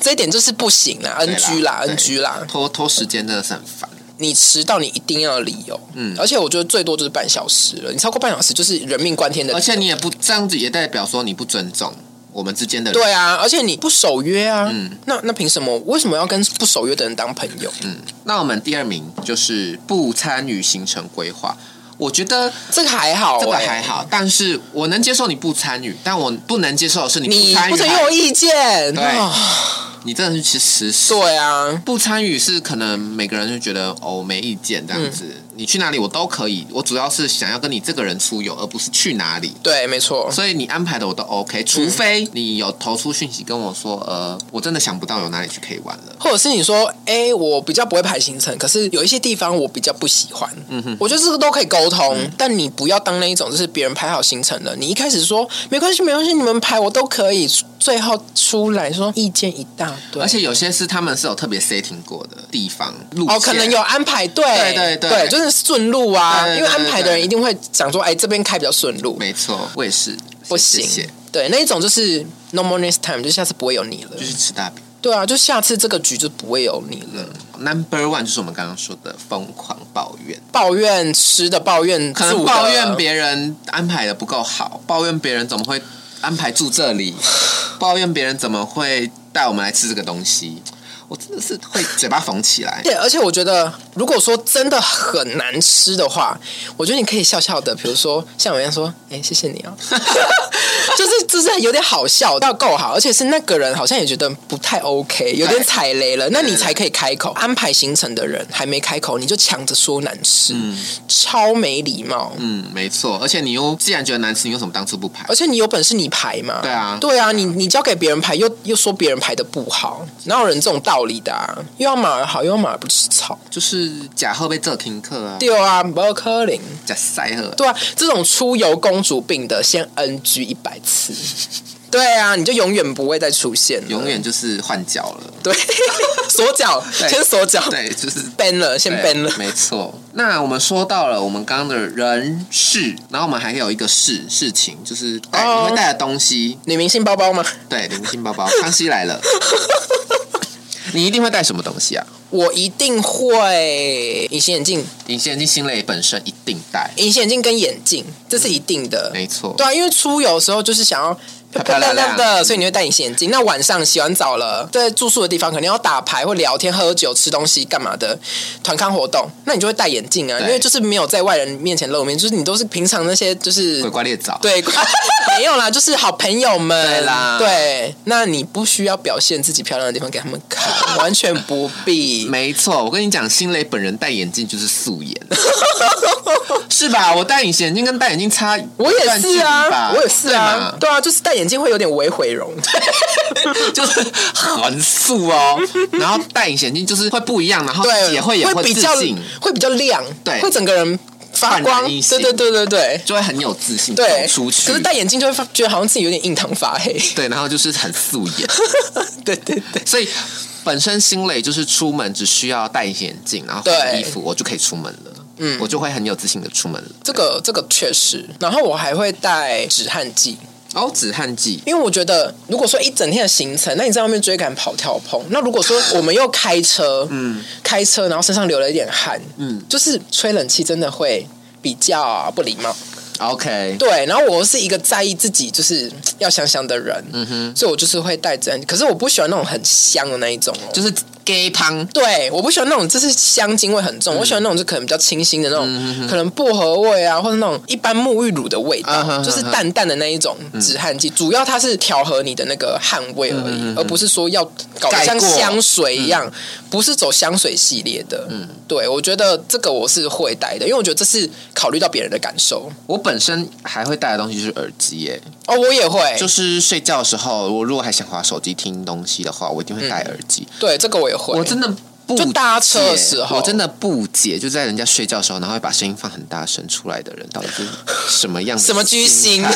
[SPEAKER 2] 这一点就是不行啦
[SPEAKER 1] 对
[SPEAKER 2] ，NG 啦
[SPEAKER 1] 对
[SPEAKER 2] ，NG 啦。
[SPEAKER 1] 拖拖时间真的是很烦。
[SPEAKER 2] 你迟到，你一定要有理由。嗯
[SPEAKER 1] 嗯，
[SPEAKER 2] 而且我觉得最多就是半小时了，你超过半小时就是人命关天的理由。
[SPEAKER 1] 而且你也不这样子，也代表说你不尊重我们之间的人。
[SPEAKER 2] 对啊，而且你不守约啊，那那凭什么？为什么要跟不守约的人当朋友？
[SPEAKER 1] 嗯，那我们第二名就是不参与行程规划。我觉得
[SPEAKER 2] 这个还好、欸，
[SPEAKER 1] 这个还。好，但是我能接受你不参与，但我不能接受的是你不
[SPEAKER 2] 你
[SPEAKER 1] 参与
[SPEAKER 2] 不准
[SPEAKER 1] 还，
[SPEAKER 2] 用意见，
[SPEAKER 1] 对
[SPEAKER 2] 啊
[SPEAKER 1] 你真的是去吃屎。
[SPEAKER 2] 对啊，嗯
[SPEAKER 1] 不参与是可能每个人就觉得哦没意见这样子，你你去哪里我都可以，我主要是想要跟你这个人出游，而不是去哪里。
[SPEAKER 2] 对，没错，
[SPEAKER 1] 所以你安排的我都 OK，除非你有投出讯息跟我说，呃，我真的想不到有哪里去可以玩了。
[SPEAKER 2] 或者是你说，哎、我比较不会排行程，可是有一些地方我比较不喜欢，嗯哼，我觉得这个都可以沟通，
[SPEAKER 1] 嗯
[SPEAKER 2] 但你不要当那一种就是别人排好行程了，你一开始说没关系，没关系，你们排我都可以，最后出来说意见一大堆，
[SPEAKER 1] 而且有些是他们是有特别 setting 过的地方路线，
[SPEAKER 2] 哦，可能有安排对，
[SPEAKER 1] 对对对
[SPEAKER 2] 就是顺路啊，
[SPEAKER 1] 对对对
[SPEAKER 2] 因为安排的人
[SPEAKER 1] 对
[SPEAKER 2] 一定会讲说，哎，这边开比较顺路，
[SPEAKER 1] 没错，我也是
[SPEAKER 2] 不行，
[SPEAKER 1] 谢谢
[SPEAKER 2] 对，那一种就是 no more next time，就下次不会有你了
[SPEAKER 1] 就，是吃大饼。
[SPEAKER 2] 对啊，就下次这个局就不会有你了。
[SPEAKER 1] 嗯，Number one 就是我们刚刚说的疯狂抱怨，
[SPEAKER 2] 抱怨吃的，抱怨
[SPEAKER 1] 可能
[SPEAKER 2] 住的
[SPEAKER 1] 抱怨别人安排的不够好，抱怨别人怎么会安排住这 里，抱怨别人怎么会带我们来吃这个东西，我真的是会嘴巴缝起来。
[SPEAKER 2] 对，而且我觉得，如果说真的很难吃的话，我觉得你可以笑笑的，比如说像我一样说：“哎、谢谢 你哦。”就是就是有点好笑，要够好，而且是那个人好像也觉得不太 OK，有点踩雷
[SPEAKER 1] 哎
[SPEAKER 2] 了，那你才可以开口。安排行程的人还没开口，你就抢着说难吃，超没礼貌。
[SPEAKER 1] 嗯，没错，而且你又既然觉得难吃，你为什么当初不排
[SPEAKER 2] 而？且你有本事你排嘛？
[SPEAKER 1] 对啊
[SPEAKER 2] 对啊，你你交给别人排，又又说别人排的不好，哪有人这种道理的、啊？又要马儿好，又要马儿不吃草，
[SPEAKER 1] 就是假后被这听课啊，
[SPEAKER 2] 对啊，不要可能。
[SPEAKER 1] 假塞喝。
[SPEAKER 2] 对啊，这种出游公主病的，先 NG 一百次。对啊，你就永远不会再出现了，
[SPEAKER 1] 永远就是换脚了。
[SPEAKER 2] 对 锁脚，
[SPEAKER 1] 对
[SPEAKER 2] 先锁脚
[SPEAKER 1] 对，就是
[SPEAKER 2] ，ban 了，先 ban 了
[SPEAKER 1] 对。没错。那我们说到了我们刚刚的人事，然后我们还有一个事事情，就是带、
[SPEAKER 2] 哦
[SPEAKER 1] 你会带的东西，
[SPEAKER 2] 女明星包包吗？
[SPEAKER 1] 对，零星包包，康熙来 了，你一定会带什么东西啊？
[SPEAKER 2] 我一定会隐形眼镜，
[SPEAKER 1] 隐形眼镜、心累本身一定带，
[SPEAKER 2] 隐形眼镜跟眼镜，这是一定的。
[SPEAKER 1] 没错
[SPEAKER 2] 对。啊，因为出游的时候就是想要
[SPEAKER 1] 漂
[SPEAKER 2] 漂漂
[SPEAKER 1] 漂亮
[SPEAKER 2] 亮
[SPEAKER 1] 亮
[SPEAKER 2] 亮的，所以你会戴隐形眼镜。那晚上洗完澡了，在住宿的地方肯定要打牌或聊天、喝酒、吃东西干嘛的团康活动，那你就会戴眼镜啊，因
[SPEAKER 1] 对
[SPEAKER 2] 为就是没有在外人面前露面，就是你都是平常那些就是
[SPEAKER 1] 鬼怪猎枣，
[SPEAKER 2] 对。 没有啦，就是好朋友们
[SPEAKER 1] 对啦
[SPEAKER 2] 对，那你不需要表现自己漂亮的地方给他们 看，完全不必。
[SPEAKER 1] 没错，我跟你讲，辛蕾本人戴眼镜就是素 颜，是吧？我戴隐形眼镜跟戴眼镜差，
[SPEAKER 2] 我也是啊，我也是啊，
[SPEAKER 1] 对
[SPEAKER 2] 对啊，就是戴眼镜会有点微毁容。
[SPEAKER 1] 嘛就是很素 哦。然后戴隐形眼镜就是会不一样，然后自己
[SPEAKER 2] 对，
[SPEAKER 1] 也会也
[SPEAKER 2] 会比
[SPEAKER 1] 自
[SPEAKER 2] 较
[SPEAKER 1] 信，
[SPEAKER 2] 会比较亮，
[SPEAKER 1] 对
[SPEAKER 2] 会整个人发
[SPEAKER 1] 焕
[SPEAKER 2] 光，
[SPEAKER 1] 然一
[SPEAKER 2] 对
[SPEAKER 1] 新
[SPEAKER 2] 对对对对
[SPEAKER 1] 就会很有自信走
[SPEAKER 2] 对，
[SPEAKER 1] 出去
[SPEAKER 2] 可是。戴眼镜就会发觉得好像自己有点印堂发 黑，
[SPEAKER 1] 对，然后就是很素颜，
[SPEAKER 2] 对对对，
[SPEAKER 1] 所以本身心累就是出门只需要戴隐形眼镜，然后
[SPEAKER 2] 对
[SPEAKER 1] 换衣服，我就可以出门了。嗯，我就会很有自信的出门了。
[SPEAKER 2] 这个这个确实。然后我还会带止汗剂，
[SPEAKER 1] 哦，止汗剂，
[SPEAKER 2] 因为我觉得如果说一整天的行程，那你在外面追赶跑跳碰，那如果说我们又开 车，嗯，开车然后身上流了一点汗，嗯
[SPEAKER 1] 嗯，
[SPEAKER 2] 就是吹冷气真的会。比较不礼貌，
[SPEAKER 1] OK，
[SPEAKER 2] 对，然后我是一个在意自己就是嘖要香香的人，嗯哼，所以我就是会带着，可是我不喜欢那种很香的那一种哦。
[SPEAKER 1] 就是 gay 胖，
[SPEAKER 2] 对，我不喜欢那种就是香精味很
[SPEAKER 1] 嗯
[SPEAKER 2] 重，我喜欢那种就可能比较清新的那种，可能薄荷味啊，或者那种一般沐浴乳的味道，
[SPEAKER 1] 啊哈哈
[SPEAKER 2] 就是淡淡的那一种止汗剂。主要它是调和你的那个汗味
[SPEAKER 1] 嗯
[SPEAKER 2] 而已，而不是说要搞得
[SPEAKER 1] 盖
[SPEAKER 2] 像
[SPEAKER 1] 过
[SPEAKER 2] 香水
[SPEAKER 1] 嗯
[SPEAKER 2] 一样，不是走香水系列的。嗯，对，我觉得这个我是会带的，因为我觉得这是考虑到别人的感受。
[SPEAKER 1] 我本身还会带的东西就是耳机耶，
[SPEAKER 2] 哦，我也会，
[SPEAKER 1] 就是睡觉的时候，我如果还想滑手机听东西的话，我一定会戴耳机。
[SPEAKER 2] 对，这个我也会。
[SPEAKER 1] 我真的不
[SPEAKER 2] 嗯就搭车的时
[SPEAKER 1] 解
[SPEAKER 2] 候
[SPEAKER 1] 我真的不解，就在人家睡觉的时候，然后会把声音放很大声出来的人，到底是什么样的
[SPEAKER 2] 什么居心
[SPEAKER 1] 心态？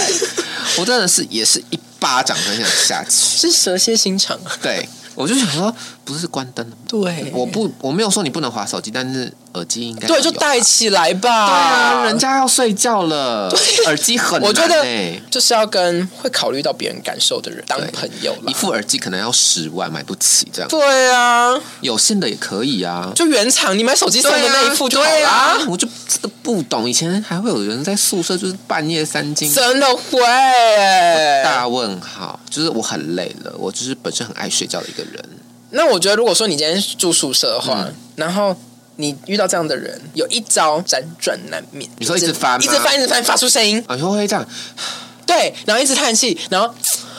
[SPEAKER 1] 我真的是也是一巴掌很想下去。
[SPEAKER 2] 是蛇蝎心肠，啊
[SPEAKER 1] 对， 我就想说，不是关灯了吗，
[SPEAKER 2] 对
[SPEAKER 1] 我不我没有说你不能划手机，但是耳机应该
[SPEAKER 2] 对，
[SPEAKER 1] 要
[SPEAKER 2] 就
[SPEAKER 1] 有
[SPEAKER 2] 带
[SPEAKER 1] 吧。
[SPEAKER 2] 起来
[SPEAKER 1] 对
[SPEAKER 2] 吧。
[SPEAKER 1] 啊，人家要睡觉了，耳机很难、欸。
[SPEAKER 2] 我觉得就是要跟会考虑到别人感受的人当朋友
[SPEAKER 1] 一
[SPEAKER 2] 啦。
[SPEAKER 1] 副耳机可能要十万，买不起这样。
[SPEAKER 2] 对啊，
[SPEAKER 1] 有线的也可以啊，
[SPEAKER 2] 就原厂你买手机送
[SPEAKER 1] 送
[SPEAKER 2] 的
[SPEAKER 1] 的
[SPEAKER 2] 那
[SPEAKER 1] 那一
[SPEAKER 2] 一副
[SPEAKER 1] 副
[SPEAKER 2] 就
[SPEAKER 1] 就
[SPEAKER 2] 好
[SPEAKER 1] 好
[SPEAKER 2] 啦
[SPEAKER 1] 啦。。我就真的不懂，以前还会有人在宿舍就是半夜三更。
[SPEAKER 2] 真的会欸。
[SPEAKER 1] 大问号，就是我很累了，我就是本身很爱睡觉的一个人。
[SPEAKER 2] 那我觉得，如果说你今天住宿舍的
[SPEAKER 1] 嗯
[SPEAKER 2] 话，然后你遇到这样的人，有一招辗转难眠。
[SPEAKER 1] 你说一直翻吗
[SPEAKER 2] 一直翻，一直翻，发出声音，
[SPEAKER 1] 啊，你说会这样，
[SPEAKER 2] 对，然后一直叹气，然后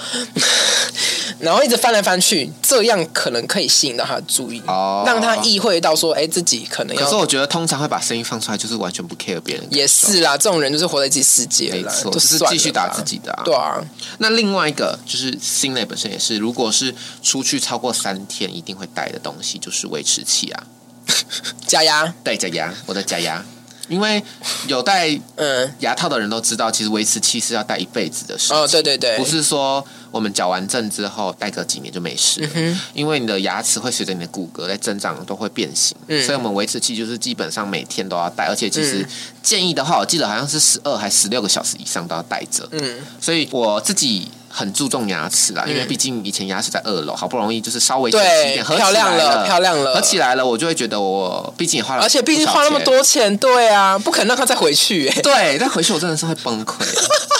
[SPEAKER 2] 然后一直翻来翻去，这样可能可以吸引到他的注意，
[SPEAKER 1] 哦
[SPEAKER 2] 让他意会到说，哎、自己可能
[SPEAKER 1] 可是
[SPEAKER 2] 要。
[SPEAKER 1] 我觉得通常会把声音放出来，就是完全不 care 别人。
[SPEAKER 2] 也是啦，这种人就是活在自己世界
[SPEAKER 1] 没
[SPEAKER 2] 啦，
[SPEAKER 1] 错，
[SPEAKER 2] 就
[SPEAKER 1] 就是
[SPEAKER 2] 算了
[SPEAKER 1] 继续打
[SPEAKER 2] 吧
[SPEAKER 1] 自己的啊。
[SPEAKER 2] 对啊，
[SPEAKER 1] 那另外一个就是心累本身也是，如果是出去超过三天，一定会带的东西就是维持器啊，
[SPEAKER 2] 加压，
[SPEAKER 1] 带假牙，我在假牙，因为有戴
[SPEAKER 2] 嗯，
[SPEAKER 1] 牙套的人都知道，其实维持器是要戴一辈子的事情。
[SPEAKER 2] 哦，对对对，
[SPEAKER 1] 不是说我们矫完正之后戴个几年就没事
[SPEAKER 2] 嗯
[SPEAKER 1] 了，因为你的牙齿会随着你的骨骼在增长都会变形，
[SPEAKER 2] 嗯
[SPEAKER 1] 所以我们维持器就是基本上每天都要戴，而且其实建议的话，我记得好像是十二还十六个小时以上都要戴着，
[SPEAKER 2] 嗯，
[SPEAKER 1] 所以我自己。很注重牙齿啦，因为毕竟以前牙齿在二楼，好不容易就是稍微整齐一
[SPEAKER 2] 对，
[SPEAKER 1] 点，合起来
[SPEAKER 2] 漂亮了，漂亮了，
[SPEAKER 1] 合起来了，我就会觉得我毕竟也花了，
[SPEAKER 2] 而且毕竟花那么，多钱，对啊，不可能让他再回去、哎，
[SPEAKER 1] 对，但回去我真的是会崩溃，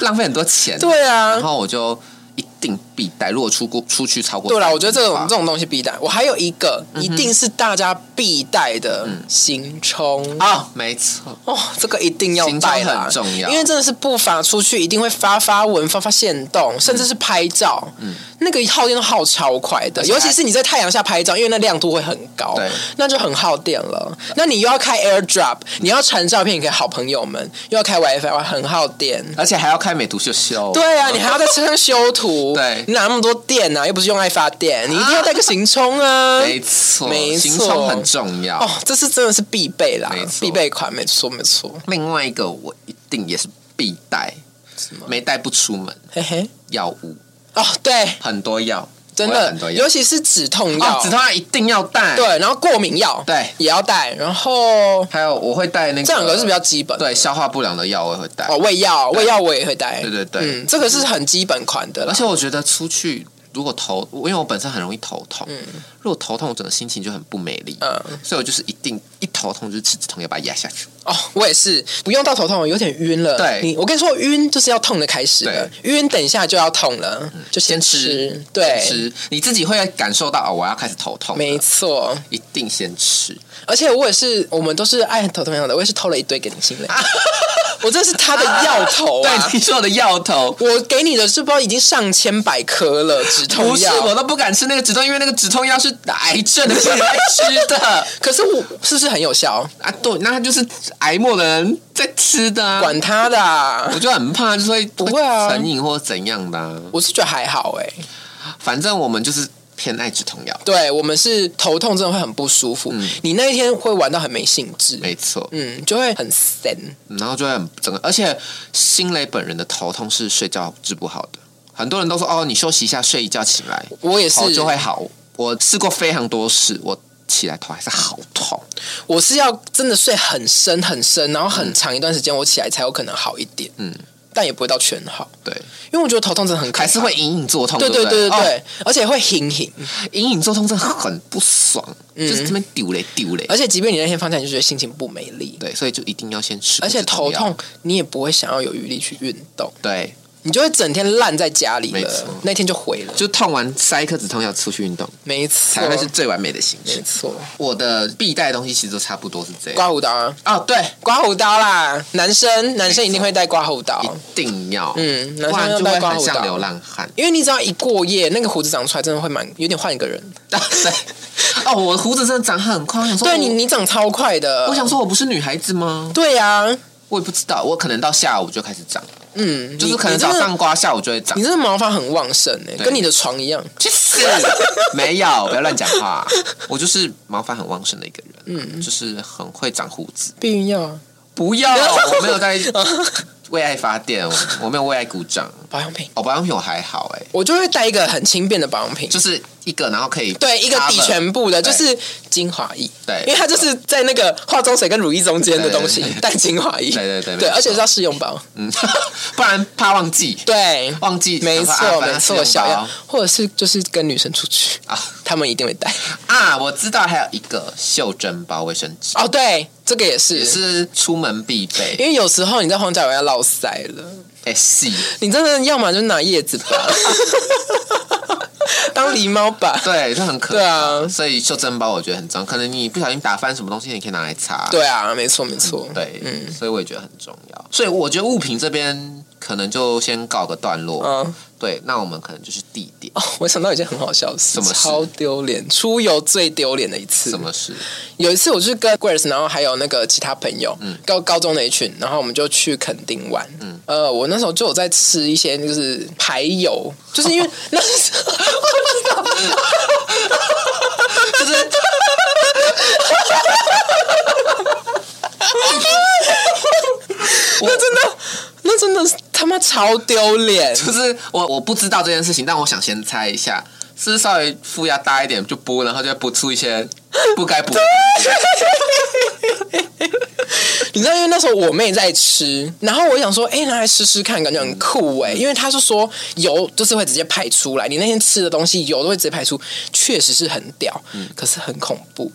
[SPEAKER 1] 浪费很多钱，
[SPEAKER 2] 对
[SPEAKER 1] 然
[SPEAKER 2] 啊，
[SPEAKER 1] 后我就一定必带。如果出过出去超过三天
[SPEAKER 2] 对
[SPEAKER 1] 的话，
[SPEAKER 2] 啦，我觉得这种这种东西必带。我还有一个，
[SPEAKER 1] 嗯
[SPEAKER 2] 一定是大家必带的行充、
[SPEAKER 1] 啊、没错，
[SPEAKER 2] 哦，这个一定要
[SPEAKER 1] 行充
[SPEAKER 2] 带啦，
[SPEAKER 1] 很重要
[SPEAKER 2] 因为真的是不乏出去一定会发发文、发发现
[SPEAKER 1] 嗯
[SPEAKER 2] 动，甚至是拍照，嗯，那个耗电都耗超快的，
[SPEAKER 1] 而且
[SPEAKER 2] 尤
[SPEAKER 1] 还
[SPEAKER 2] 其是你在太阳下拍照，因为那亮度会很高，
[SPEAKER 1] 对
[SPEAKER 2] 那就很耗电了。那你又要开 AirDrop，
[SPEAKER 1] 嗯
[SPEAKER 2] 你要传照片给好朋友们，又要开 WiFi，哇很耗电。
[SPEAKER 1] 而且还要开美图秀秀。
[SPEAKER 2] 对啊，你还要在车上修图，
[SPEAKER 1] 哦 对
[SPEAKER 2] 你哪那么多电啊？又不是用爱发电，你一定要带个行充 啊。
[SPEAKER 1] 没错，
[SPEAKER 2] 没错
[SPEAKER 1] 行充很重要。
[SPEAKER 2] 哦，这是真的是必备啦
[SPEAKER 1] 没，错
[SPEAKER 2] 必备款，没错没错。
[SPEAKER 1] 另外一个我一定也是必带，没带不出门。
[SPEAKER 2] 嘿嘿，
[SPEAKER 1] 药物
[SPEAKER 2] 哦对，
[SPEAKER 1] 很多药，
[SPEAKER 2] 真
[SPEAKER 1] 我有很
[SPEAKER 2] 的，
[SPEAKER 1] 多
[SPEAKER 2] 尤
[SPEAKER 1] 药。
[SPEAKER 2] 其是止痛药，
[SPEAKER 1] 哦，止痛药一定要带。，
[SPEAKER 2] 对，然后过敏药
[SPEAKER 1] 对
[SPEAKER 2] 也要带，然后
[SPEAKER 1] 还有我会带那个，
[SPEAKER 2] 这两个是比较基本的。
[SPEAKER 1] 对消化不良的药我也会带。
[SPEAKER 2] 哦，胃药，胃药我也会带。
[SPEAKER 1] 对对对
[SPEAKER 2] 嗯，这个是很基本款的啦
[SPEAKER 1] 而。且我觉得出去如果头，因为我本身很容易头痛，如果头痛，我整个心情就很不美丽。
[SPEAKER 2] 嗯，
[SPEAKER 1] 所以我就是一定一头痛就是吃止痛药把它压下去。
[SPEAKER 2] 哦，我也是，不用到头痛，我有点晕了。
[SPEAKER 1] 对
[SPEAKER 2] 你，我跟你说，晕就是要痛的开始了，晕等一下就要痛了，就先
[SPEAKER 1] 嗯吃
[SPEAKER 2] 吃。对，
[SPEAKER 1] 吃，你自己会感受到哦，我要开始头痛了，
[SPEAKER 2] 没错。
[SPEAKER 1] 一定先吃。
[SPEAKER 2] 而且我也是，我们都是爱头痛药的，我也是偷了一堆给 林心蕾，我这是他的药头啊
[SPEAKER 1] 对，。你说我的药头。
[SPEAKER 2] 我给你的是不知道已经上千百颗了止痛
[SPEAKER 1] 不是
[SPEAKER 2] 药，，
[SPEAKER 1] 我都不敢吃那个止痛，因为那个止痛药是癌症的病人在吃的
[SPEAKER 2] 可是我是不是很有效？
[SPEAKER 1] 啊。对，那他就是癌末的人在吃的啊。
[SPEAKER 2] 管他的、啊
[SPEAKER 1] 我，就很怕，就是会
[SPEAKER 2] 不会啊
[SPEAKER 1] 成瘾或怎样的啊、
[SPEAKER 2] 我是觉得还好哎、
[SPEAKER 1] 反正我们就是偏爱止痛药，
[SPEAKER 2] 对我们是头痛真的会很不舒服，你那一天会玩到很没兴致，
[SPEAKER 1] 嗯没错。
[SPEAKER 2] 嗯，就会很神。
[SPEAKER 1] 然后就会很整个，而且新蕾本人的头痛是睡觉治不好的。很多人都说哦，你休息一下，睡一觉起来
[SPEAKER 2] 我也是，
[SPEAKER 1] 哦头就会好。我试过非常多次，我起来头还是好痛。
[SPEAKER 2] 我是要真的睡很深很深，然后很长一段时间我起来才有可能好一点，嗯
[SPEAKER 1] 嗯，
[SPEAKER 2] 但也不会到全好，
[SPEAKER 1] 对，
[SPEAKER 2] 因为我觉得头痛真的很可怕
[SPEAKER 1] 还是会。隐隐作痛，
[SPEAKER 2] 对
[SPEAKER 1] 对
[SPEAKER 2] 对
[SPEAKER 1] 不
[SPEAKER 2] 对对
[SPEAKER 1] 对
[SPEAKER 2] 对，而且会hinhin，
[SPEAKER 1] 哦隐隐作痛真的很不爽，就是这边丢嘞丢嘞
[SPEAKER 2] 而。且即便你那天放假，你就觉得心情不美丽，
[SPEAKER 1] 对，所以就一定要先吃，
[SPEAKER 2] 而且头
[SPEAKER 1] 不止
[SPEAKER 2] 痛
[SPEAKER 1] 药。
[SPEAKER 2] 你也不会想要有余力去运动，
[SPEAKER 1] 对，
[SPEAKER 2] 你就会整天烂在家里
[SPEAKER 1] 没错
[SPEAKER 2] 了，那天就毁了，
[SPEAKER 1] 就痛完塞一颗止痛药出去运动，
[SPEAKER 2] 没错
[SPEAKER 1] 才，会是最完美的形
[SPEAKER 2] 没
[SPEAKER 1] 式。
[SPEAKER 2] 错，
[SPEAKER 1] 我的必带的东西其实都差不多是这样。
[SPEAKER 2] 刮胡刀啊，
[SPEAKER 1] 哦，对，
[SPEAKER 2] 刮胡刀啦，男生男生一定会带刮胡刀，
[SPEAKER 1] 一定要，
[SPEAKER 2] 嗯男生
[SPEAKER 1] 不然
[SPEAKER 2] 要
[SPEAKER 1] 就
[SPEAKER 2] 戴
[SPEAKER 1] 会
[SPEAKER 2] 刮胡
[SPEAKER 1] 很像
[SPEAKER 2] 刀
[SPEAKER 1] 流浪汉。
[SPEAKER 2] 因为你只要一过夜，那个胡子长出来，真的会蛮有点换一个人。
[SPEAKER 1] 对，哦，我的胡子真的长很快，我想说
[SPEAKER 2] 对
[SPEAKER 1] 我
[SPEAKER 2] 你，你长超快
[SPEAKER 1] 哦
[SPEAKER 2] 的，
[SPEAKER 1] 我想说我不是女孩子吗？
[SPEAKER 2] 对啊呀，
[SPEAKER 1] 我也不知道，我可能到下午就开始长，
[SPEAKER 2] 嗯，
[SPEAKER 1] 就是
[SPEAKER 2] 你
[SPEAKER 1] 可能
[SPEAKER 2] 你真
[SPEAKER 1] 早
[SPEAKER 2] 的
[SPEAKER 1] 上刮，下午就会长
[SPEAKER 2] 你。真的毛发很旺盛哎，
[SPEAKER 1] 对
[SPEAKER 2] 跟你的床一样。
[SPEAKER 1] 去死！ 没有，不要乱讲话。我就是毛发很旺盛的一个人，嗯，就是很会长胡子。
[SPEAKER 2] 避孕药啊，
[SPEAKER 1] 不要，哦我没有 在为爱发电，我我没有为爱鼓掌。
[SPEAKER 2] 保养品，
[SPEAKER 1] 哦，保养品我还好哎、
[SPEAKER 2] 我就会带一个很轻便的保养品，
[SPEAKER 1] 就是一个，然后可以
[SPEAKER 2] 对，一个抵
[SPEAKER 1] cover
[SPEAKER 2] 全部的，就
[SPEAKER 1] 对
[SPEAKER 2] 是精华液。
[SPEAKER 1] 对
[SPEAKER 2] 因为它就是在那个化妆水跟乳液中间的东西
[SPEAKER 1] 对对，对
[SPEAKER 2] 带精华液。
[SPEAKER 1] 对对对没
[SPEAKER 2] 对，
[SPEAKER 1] 错
[SPEAKER 2] 而且是要试用包。
[SPEAKER 1] 嗯， 不然怕忘记，
[SPEAKER 2] 对，
[SPEAKER 1] 忘记，
[SPEAKER 2] 没
[SPEAKER 1] 想说啊反
[SPEAKER 2] 错没
[SPEAKER 1] 正
[SPEAKER 2] 错，
[SPEAKER 1] 试用
[SPEAKER 2] 小
[SPEAKER 1] 包
[SPEAKER 2] 样，或者是就是跟女生出去，
[SPEAKER 1] 啊
[SPEAKER 2] 他们一定会带。
[SPEAKER 1] 啊！我知道还有一个袖珍包卫生纸，
[SPEAKER 2] 哦，对，这个也
[SPEAKER 1] 也
[SPEAKER 2] 是。
[SPEAKER 1] 是出门必备。
[SPEAKER 2] 因为有时候你在荒郊野外落塞了，
[SPEAKER 1] 哎，是，
[SPEAKER 2] 你真的要么就拿 叶子吧，当狸猫吧。
[SPEAKER 1] 对，这很可
[SPEAKER 2] 对啊
[SPEAKER 1] 所以袖珍包我觉得很重要，可能你不小心打翻什么东西，你可以拿来擦。
[SPEAKER 2] 对啊，没错没错。
[SPEAKER 1] 对，
[SPEAKER 2] 嗯，
[SPEAKER 1] 所以我也觉得很重要。所以我觉得物品这边可能就先告个段落。
[SPEAKER 2] 嗯
[SPEAKER 1] 对，那我们可能就是地点。
[SPEAKER 2] 哦，我想到一件很好笑的事，
[SPEAKER 1] 什么事
[SPEAKER 2] 超丢脸，出游最丢脸的一次。
[SPEAKER 1] 什么事？
[SPEAKER 2] 有一次我就是跟 Grace，然后还有那个其他朋友，高高中的一群，然后我们就去垦丁玩。呃，我那时候就有在吃一些就是排油，就是因为那时候 那真的那真的是他妈超丢脸。
[SPEAKER 1] 就是我我不知道这件事情，但我想先猜一下，是不是稍微负压大一点就播，然后就会播出一些不该播。
[SPEAKER 2] 你知道，因为那时候我妹在吃，然后我想说，哎、拿来试试看，感觉
[SPEAKER 1] 嗯
[SPEAKER 2] 很酷哎、因为她是说油就是会直接排出来，你那天吃的东西油都会直接排出，确实是很屌，
[SPEAKER 1] 嗯
[SPEAKER 2] 可是很恐怖，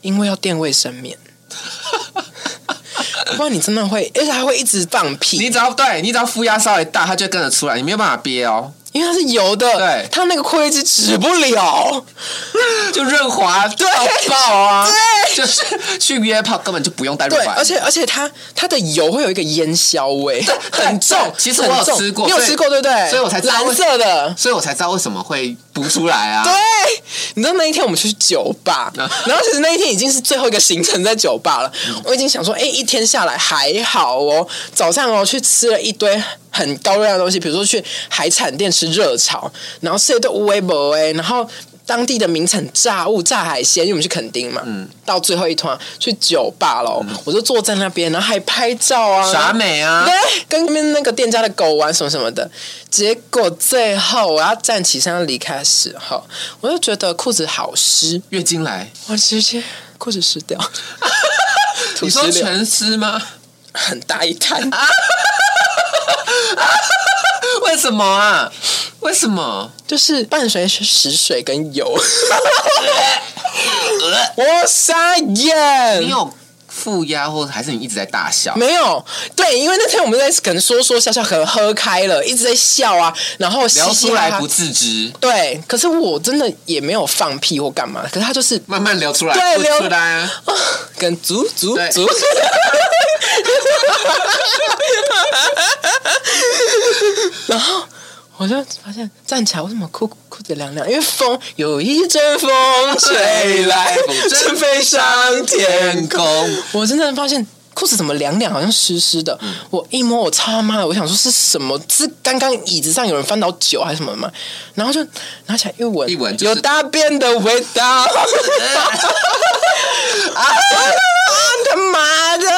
[SPEAKER 2] 因为要垫卫生棉，不然你真的会，而且还会一直放
[SPEAKER 1] 你
[SPEAKER 2] 屁，
[SPEAKER 1] 只要对你只要负压稍微大，它就跟着出来，你没有办法憋哦，
[SPEAKER 2] 因为它是油的，
[SPEAKER 1] 对
[SPEAKER 2] 它那个扩一直止 不了，
[SPEAKER 1] 就润滑对爆啊，对，就是去约炮根本就不用带
[SPEAKER 2] 对
[SPEAKER 1] 润，滑，
[SPEAKER 2] 而且而且它它的油会有一个烟硝味，
[SPEAKER 1] 对
[SPEAKER 2] 很重
[SPEAKER 1] 对，其实我有
[SPEAKER 2] 很重
[SPEAKER 1] 吃过
[SPEAKER 2] 你有
[SPEAKER 1] 所以
[SPEAKER 2] 吃过对不对？
[SPEAKER 1] 所以我才知道
[SPEAKER 2] 蓝
[SPEAKER 1] 为
[SPEAKER 2] 色的。
[SPEAKER 1] 所以我才知道为什么会不出来啊。
[SPEAKER 2] 对，你知道那一天我们去酒吧，然后其实那一天已经是最后一个行程在酒吧了。我已经想说，哎、一天下来还好哦。早上哦，去吃了一堆很高热量的东西，比如说去海产店吃热炒，然后吃了一堆乌龟博哎，然后。当地的名产炸物、炸海鲜，因为我们去垦丁嘛，到最后一团去酒吧喽，我就坐在那边，然后还拍照啊，
[SPEAKER 1] 耍美啊
[SPEAKER 2] 对，跟那边那个店家的狗玩什么什么的。结果最后我要站起身要离开的时候，我就觉得裤子好湿，
[SPEAKER 1] 月经来，
[SPEAKER 2] 我直接裤子 湿掉，吐
[SPEAKER 1] 你
[SPEAKER 2] 湿
[SPEAKER 1] 说
[SPEAKER 2] 流
[SPEAKER 1] 全啊湿吗？
[SPEAKER 2] 很大一滩，
[SPEAKER 1] 为什么啊？为什么？
[SPEAKER 2] 就是伴随是屎水 跟油。我傻眼，
[SPEAKER 1] 你有负压，或者还是你一直在大笑？
[SPEAKER 2] 嗯没有，对，因为那天我们在可能说说笑笑，可能喝开了，一直在笑啊，然后嘻
[SPEAKER 1] 聊
[SPEAKER 2] 嘻
[SPEAKER 1] 出
[SPEAKER 2] 哈
[SPEAKER 1] 来
[SPEAKER 2] 哈
[SPEAKER 1] 不。自知，
[SPEAKER 2] 对，可是我真的也没有放屁或干嘛，可是他就是
[SPEAKER 1] 慢慢聊出来，
[SPEAKER 2] 对
[SPEAKER 1] 不
[SPEAKER 2] 聊
[SPEAKER 1] 出来啊。
[SPEAKER 2] 啊跟足足
[SPEAKER 1] 对
[SPEAKER 2] 足， 然后。我就发现站起来，我怎么裤裤子凉凉？因为风有一阵风吹来，
[SPEAKER 1] 真
[SPEAKER 2] 正飞上嗯天
[SPEAKER 1] 天
[SPEAKER 2] 空。
[SPEAKER 1] 空，
[SPEAKER 2] 我真的发现裤子怎么凉凉，好像湿湿的。
[SPEAKER 1] 嗯
[SPEAKER 2] 我一摸，我操他妈的！我想说是什么？是刚刚椅子上有人翻倒酒还是什么吗？然后就拿起来一闻，
[SPEAKER 1] 一闻就是
[SPEAKER 2] 有大便的味 道。啊！他妈的！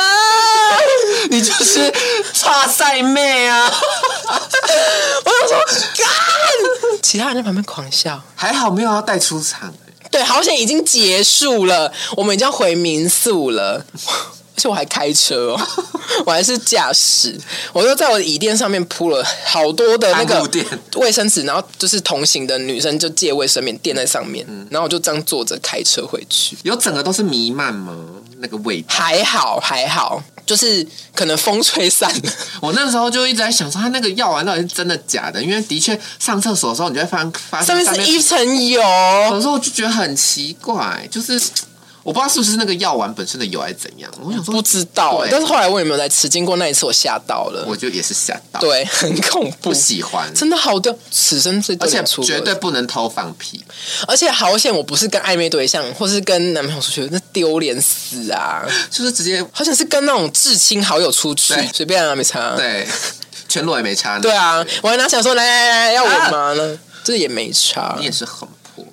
[SPEAKER 1] 你就是差赛妹啊！
[SPEAKER 2] 我想说干，其他人在旁边狂笑。
[SPEAKER 1] 还好没有要带出场，
[SPEAKER 2] 对，好险已经结束了，我们已经要回民宿了。而且我还开 车哦，我还是驾驶，我就在我的椅垫上面铺了好多的那
[SPEAKER 1] 安
[SPEAKER 2] 个
[SPEAKER 1] 物垫
[SPEAKER 2] 卫生纸，然后就是同行的女生就借卫生棉垫在上面，
[SPEAKER 1] 嗯
[SPEAKER 2] 然后我就这样坐着开车回去，
[SPEAKER 1] 有整个都是弥漫吗？那个味道，
[SPEAKER 2] 还好还好，就是可能风吹散了，
[SPEAKER 1] 我那时候就一直在想说，他那个药丸到底是真的假的？因为的确上厕所的时候，你就会发发现
[SPEAKER 2] 上面是一层油，
[SPEAKER 1] 有时候我就觉得很奇怪，就是我不知道是不是那个药丸本身的油还是怎样。我想说，
[SPEAKER 2] 不知道、
[SPEAKER 1] 对
[SPEAKER 2] 欸但是后来我也没有再吃，经过那一次我吓到了，
[SPEAKER 1] 我就也是吓到，，
[SPEAKER 2] 对，很恐怖
[SPEAKER 1] 不。喜欢，
[SPEAKER 2] 真的好掉，此生最
[SPEAKER 1] 而
[SPEAKER 2] 丢
[SPEAKER 1] 且
[SPEAKER 2] 脸出
[SPEAKER 1] 绝
[SPEAKER 2] 国
[SPEAKER 1] 对不能偷放屁。
[SPEAKER 2] 而且好险，我不是跟暧昧对象，或是跟男朋友出去，那丢脸死啊！
[SPEAKER 1] 就是直接
[SPEAKER 2] 好险是跟那种至亲好友出去
[SPEAKER 1] 对，
[SPEAKER 2] 随便啊，没差。
[SPEAKER 1] 对，全裸也没差。
[SPEAKER 2] 对，啊，我还拿起来说来来来，要我吗呢？这也没差
[SPEAKER 1] 啊你，也是很破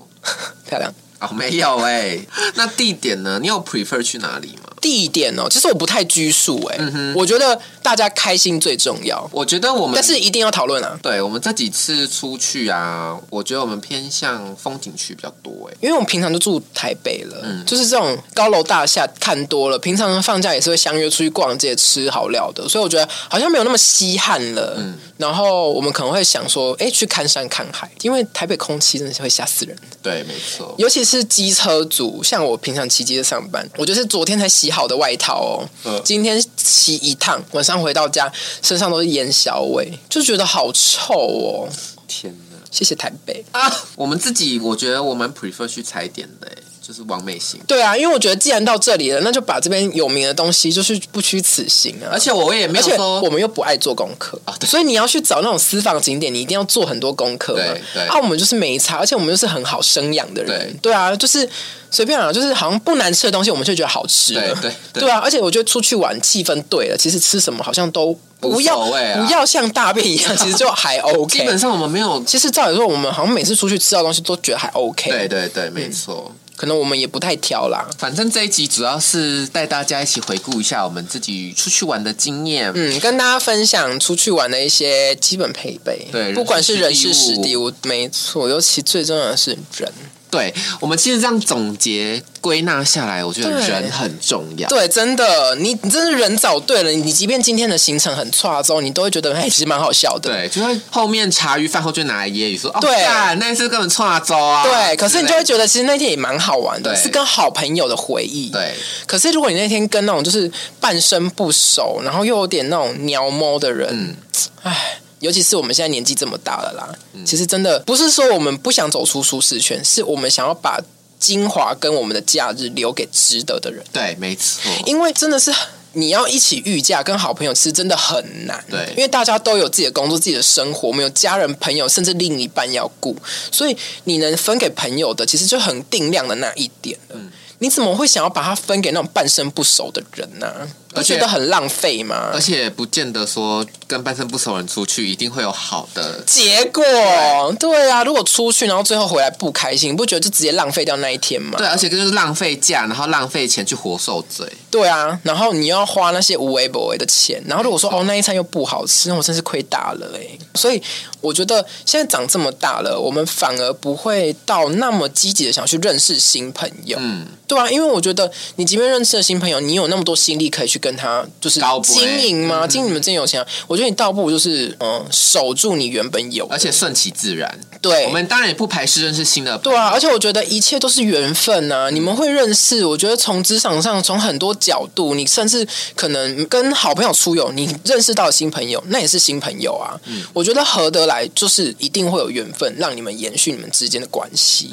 [SPEAKER 2] 漂亮。
[SPEAKER 1] 哦，没有哎、 那地点呢？你有 prefer 去哪里吗？
[SPEAKER 2] 地点哦，其实我不太拘束哎、
[SPEAKER 1] 嗯
[SPEAKER 2] 我觉得大家开心最重要，
[SPEAKER 1] 我觉得我们，
[SPEAKER 2] 但是一定要讨论啊，
[SPEAKER 1] 对我们这几次出去啊，我觉得我们偏向风景区比较多哎、
[SPEAKER 2] 因为我们平常就住台北了，就是这种高楼大厦看多了，平常放假也是会相约出去逛街、吃好料的，所以我觉得好像没有那么稀罕了。然后我们可能会想说，哎，去看山看海，因为台北空气真的是会吓死人，
[SPEAKER 1] 对，没错。
[SPEAKER 2] 尤其是机车族，像我平常骑机车上班，我就是昨天才洗好的外套哦，
[SPEAKER 1] 嗯
[SPEAKER 2] 今天骑一趟，晚上回到家身上都是烟硝味，就觉得好臭哦。
[SPEAKER 1] 天哪！
[SPEAKER 2] 谢谢台北，
[SPEAKER 1] 啊，我们自己我觉得我蛮 prefer 去踩点的、欸，就是王美型。
[SPEAKER 2] 对啊，因为我觉得既然到这里了，那就把这边有名的东西就是不虚此行啊。
[SPEAKER 1] 而且我也哦没
[SPEAKER 2] 而
[SPEAKER 1] 有
[SPEAKER 2] 且
[SPEAKER 1] 说
[SPEAKER 2] 我们又不爱做功课
[SPEAKER 1] 啊对
[SPEAKER 2] 所以你要去找那种私房景点，你一定要做很多功课嘛。
[SPEAKER 1] 对对
[SPEAKER 2] 啊，我们就是没差，而且我们就是很好生养的人。对啊，就是随便啊，就是好像不难吃的东西，我们就觉得好吃了。
[SPEAKER 1] 对对对
[SPEAKER 2] 啊，而且我觉得出去玩气氛对了，其实吃什么好像都不要、
[SPEAKER 1] 无所谓啊
[SPEAKER 2] 不要像大便一 样，其实就还 OK。
[SPEAKER 1] 基本上我们没有。
[SPEAKER 2] 其实照理说，我们好像每次出去吃到的东西都觉得还 OK，
[SPEAKER 1] 对对对，没错。
[SPEAKER 2] 可能我们也不太挑啦。
[SPEAKER 1] 反正这一集主要是带大家一起回顾一下我们自己出去玩的经验。
[SPEAKER 2] 嗯，跟大家分享出去玩的一些基本配备，
[SPEAKER 1] 对
[SPEAKER 2] 不管是人
[SPEAKER 1] 人事
[SPEAKER 2] 事实
[SPEAKER 1] 实
[SPEAKER 2] 地
[SPEAKER 1] 地
[SPEAKER 2] 物，没错，尤其最重要的是人。
[SPEAKER 1] 对我们其实这样总结归纳下来，我觉得
[SPEAKER 2] 对
[SPEAKER 1] 人很重要。
[SPEAKER 2] 对，真的，你你真是人找对了，你即便今天的行程很差之后，你都会觉得哎，其实蛮好笑的。
[SPEAKER 1] 对，就是后面茶余饭后就拿来揶揄说，哦，
[SPEAKER 2] 对
[SPEAKER 1] 干那一次根本错啊周啊。
[SPEAKER 2] 对，可是你就会
[SPEAKER 1] 之
[SPEAKER 2] 觉得其实那天也蛮好玩的，
[SPEAKER 1] 对
[SPEAKER 2] 是跟好朋友的回忆。
[SPEAKER 1] 类的
[SPEAKER 2] 可是如果你那天跟那种就是半生不熟，然后又有点那种鸟猫的人，
[SPEAKER 1] 嗯
[SPEAKER 2] 唉，尤其是我们现在年纪这么大了啦，其实真的不是说我们不想走出舒适圈，是我们想要把精华跟我们的假日留给值得的人，
[SPEAKER 1] 对对，没错，
[SPEAKER 2] 因为真的是。你要一起御驾跟好朋友吃，真的很难。
[SPEAKER 1] 对
[SPEAKER 2] 因为大家都有自己的工作、自己的生活，我们有家人、朋友，甚至另一半要顾，所以你能分给朋友的，其实就很定量的那一点了。
[SPEAKER 1] 嗯
[SPEAKER 2] 你怎么会想要把它分给那种半生不熟的人呢、不
[SPEAKER 1] 而且
[SPEAKER 2] 觉得很浪费吗
[SPEAKER 1] 而？且不见得说跟半生不熟的人出去一定会有好的。
[SPEAKER 2] 结果，对啊，如果出去然后最后回来不开心，你不觉得就直接浪费掉那一天吗？
[SPEAKER 1] 对，而且就是浪费假，然后浪费钱去活受罪。
[SPEAKER 2] 对啊，然后你要花那些无为不为的钱，然后如果说哦那一餐又不好吃，那我真是亏大了哎、所以我觉得现在长这么大了，我们反而不会到那么积极的想去认识新朋友，
[SPEAKER 1] 嗯，
[SPEAKER 2] 对啊，因为我觉得你即便认识了新朋友，你有那么多心力可以去跟他就是
[SPEAKER 1] 高嗯不为
[SPEAKER 2] 经营吗？经营你们真有钱啊、我觉得你倒不如就是嗯守住你原本有的，
[SPEAKER 1] 而且顺其自然。
[SPEAKER 2] 对
[SPEAKER 1] 我们当然也不排斥认识新的朋
[SPEAKER 2] 对
[SPEAKER 1] 友。
[SPEAKER 2] 啊，而且我觉得一切都是缘分啊！你们会认识，我觉得从职场上，从很多角度，你甚至可能跟好朋友出游，你认识到新朋友，那也是新朋友啊。我觉得合得来，就是一定会有缘分，让你们延续你们之间的关系。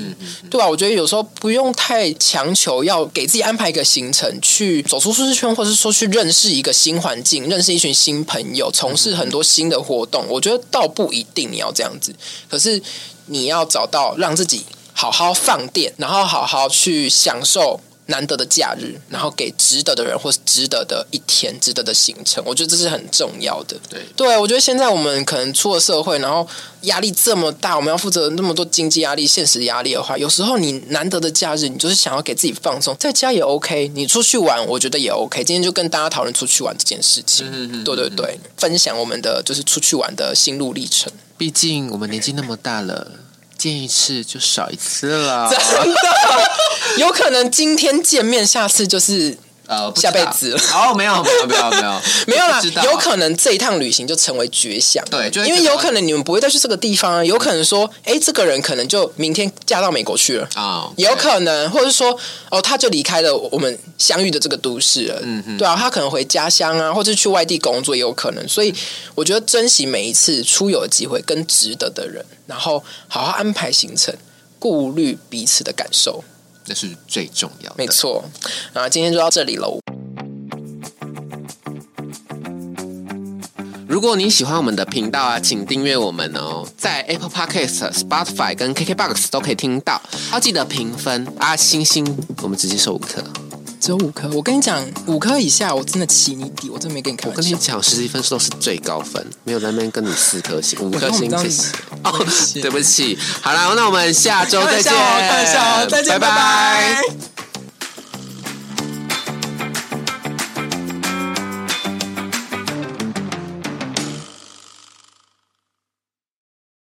[SPEAKER 2] 对啊，我觉得有时候不用太强求要给自己安排一个行程，去走出舒适圈，或者是说去认识一个新环境，认识一群新朋友，从事很多新的活动。我觉得倒不一定你要这样子，可是你要找到让自己好好放电，然后好好去享受难得的假日，然后给值得的人或是值得的一天、值得的行程，我觉得这是很重要的。
[SPEAKER 1] 对
[SPEAKER 2] 对，我觉得现在我们可能出了社会，然后压力这么大，我们要负责那么多经济压力、现实压力的话，有时候你难得的假日，你就是想要给自己放松，在家也 OK，你出去玩，我觉得也 OK。今天就跟大家讨论出去玩这件事情，
[SPEAKER 1] 嗯嗯嗯
[SPEAKER 2] 对对对，分享我们的就是出去玩的心路历程。
[SPEAKER 1] 毕竟我们年纪那么大了，见一次就少一次了。
[SPEAKER 2] 真的，有可能今天见面，下次就是
[SPEAKER 1] 呃，不知
[SPEAKER 2] 下
[SPEAKER 1] 道
[SPEAKER 2] 辈子了
[SPEAKER 1] 哦，没有没有没有 没有
[SPEAKER 2] 没有啦
[SPEAKER 1] 不知道，啊
[SPEAKER 2] 有可能这一趟旅行就成为绝响。
[SPEAKER 1] 对就会
[SPEAKER 2] 因为
[SPEAKER 1] 觉得嗯
[SPEAKER 2] 有可能你们不会再去这个地方啊，有可能说，哎，这个人可能就明天嫁到美国去了。
[SPEAKER 1] 啊，
[SPEAKER 2] 也有可能，或者是说，哦，他就离开了我们相遇的这个都市了，
[SPEAKER 1] 嗯哼
[SPEAKER 2] 对啊，他可能回家乡啊，或者去外地工作也有可能，所以我觉得珍惜每一次出游的机会，跟值得的人，然后好好安排行程，顾虑彼此的感受，
[SPEAKER 1] 那是最重要的。
[SPEAKER 2] 没错，啊，今天就到这里喽。
[SPEAKER 1] 如果你喜欢我们的频道啊，请订阅我们哦，在 Apple Podcast、Spotify 跟 KKBox 都可以听到。要记得评分啊，星星，我们直接收五颗。
[SPEAKER 2] 只有五颗，我跟你讲，五颗以下我真的起你底，我真的没跟你开
[SPEAKER 1] 我
[SPEAKER 2] 玩
[SPEAKER 1] 跟你
[SPEAKER 2] 笑。
[SPEAKER 1] 讲，实际分数都是最高分，没有在那边跟你四颗星、五颗星，
[SPEAKER 2] 我
[SPEAKER 1] 谢
[SPEAKER 2] 跟
[SPEAKER 1] 谢。
[SPEAKER 2] 我
[SPEAKER 1] 哦
[SPEAKER 2] 们 这样，
[SPEAKER 1] 对不起，好啦，那我们下周
[SPEAKER 2] 开
[SPEAKER 1] 再见
[SPEAKER 2] 玩笑哦，开玩笑哦，再见，
[SPEAKER 1] 拜
[SPEAKER 2] 拜拜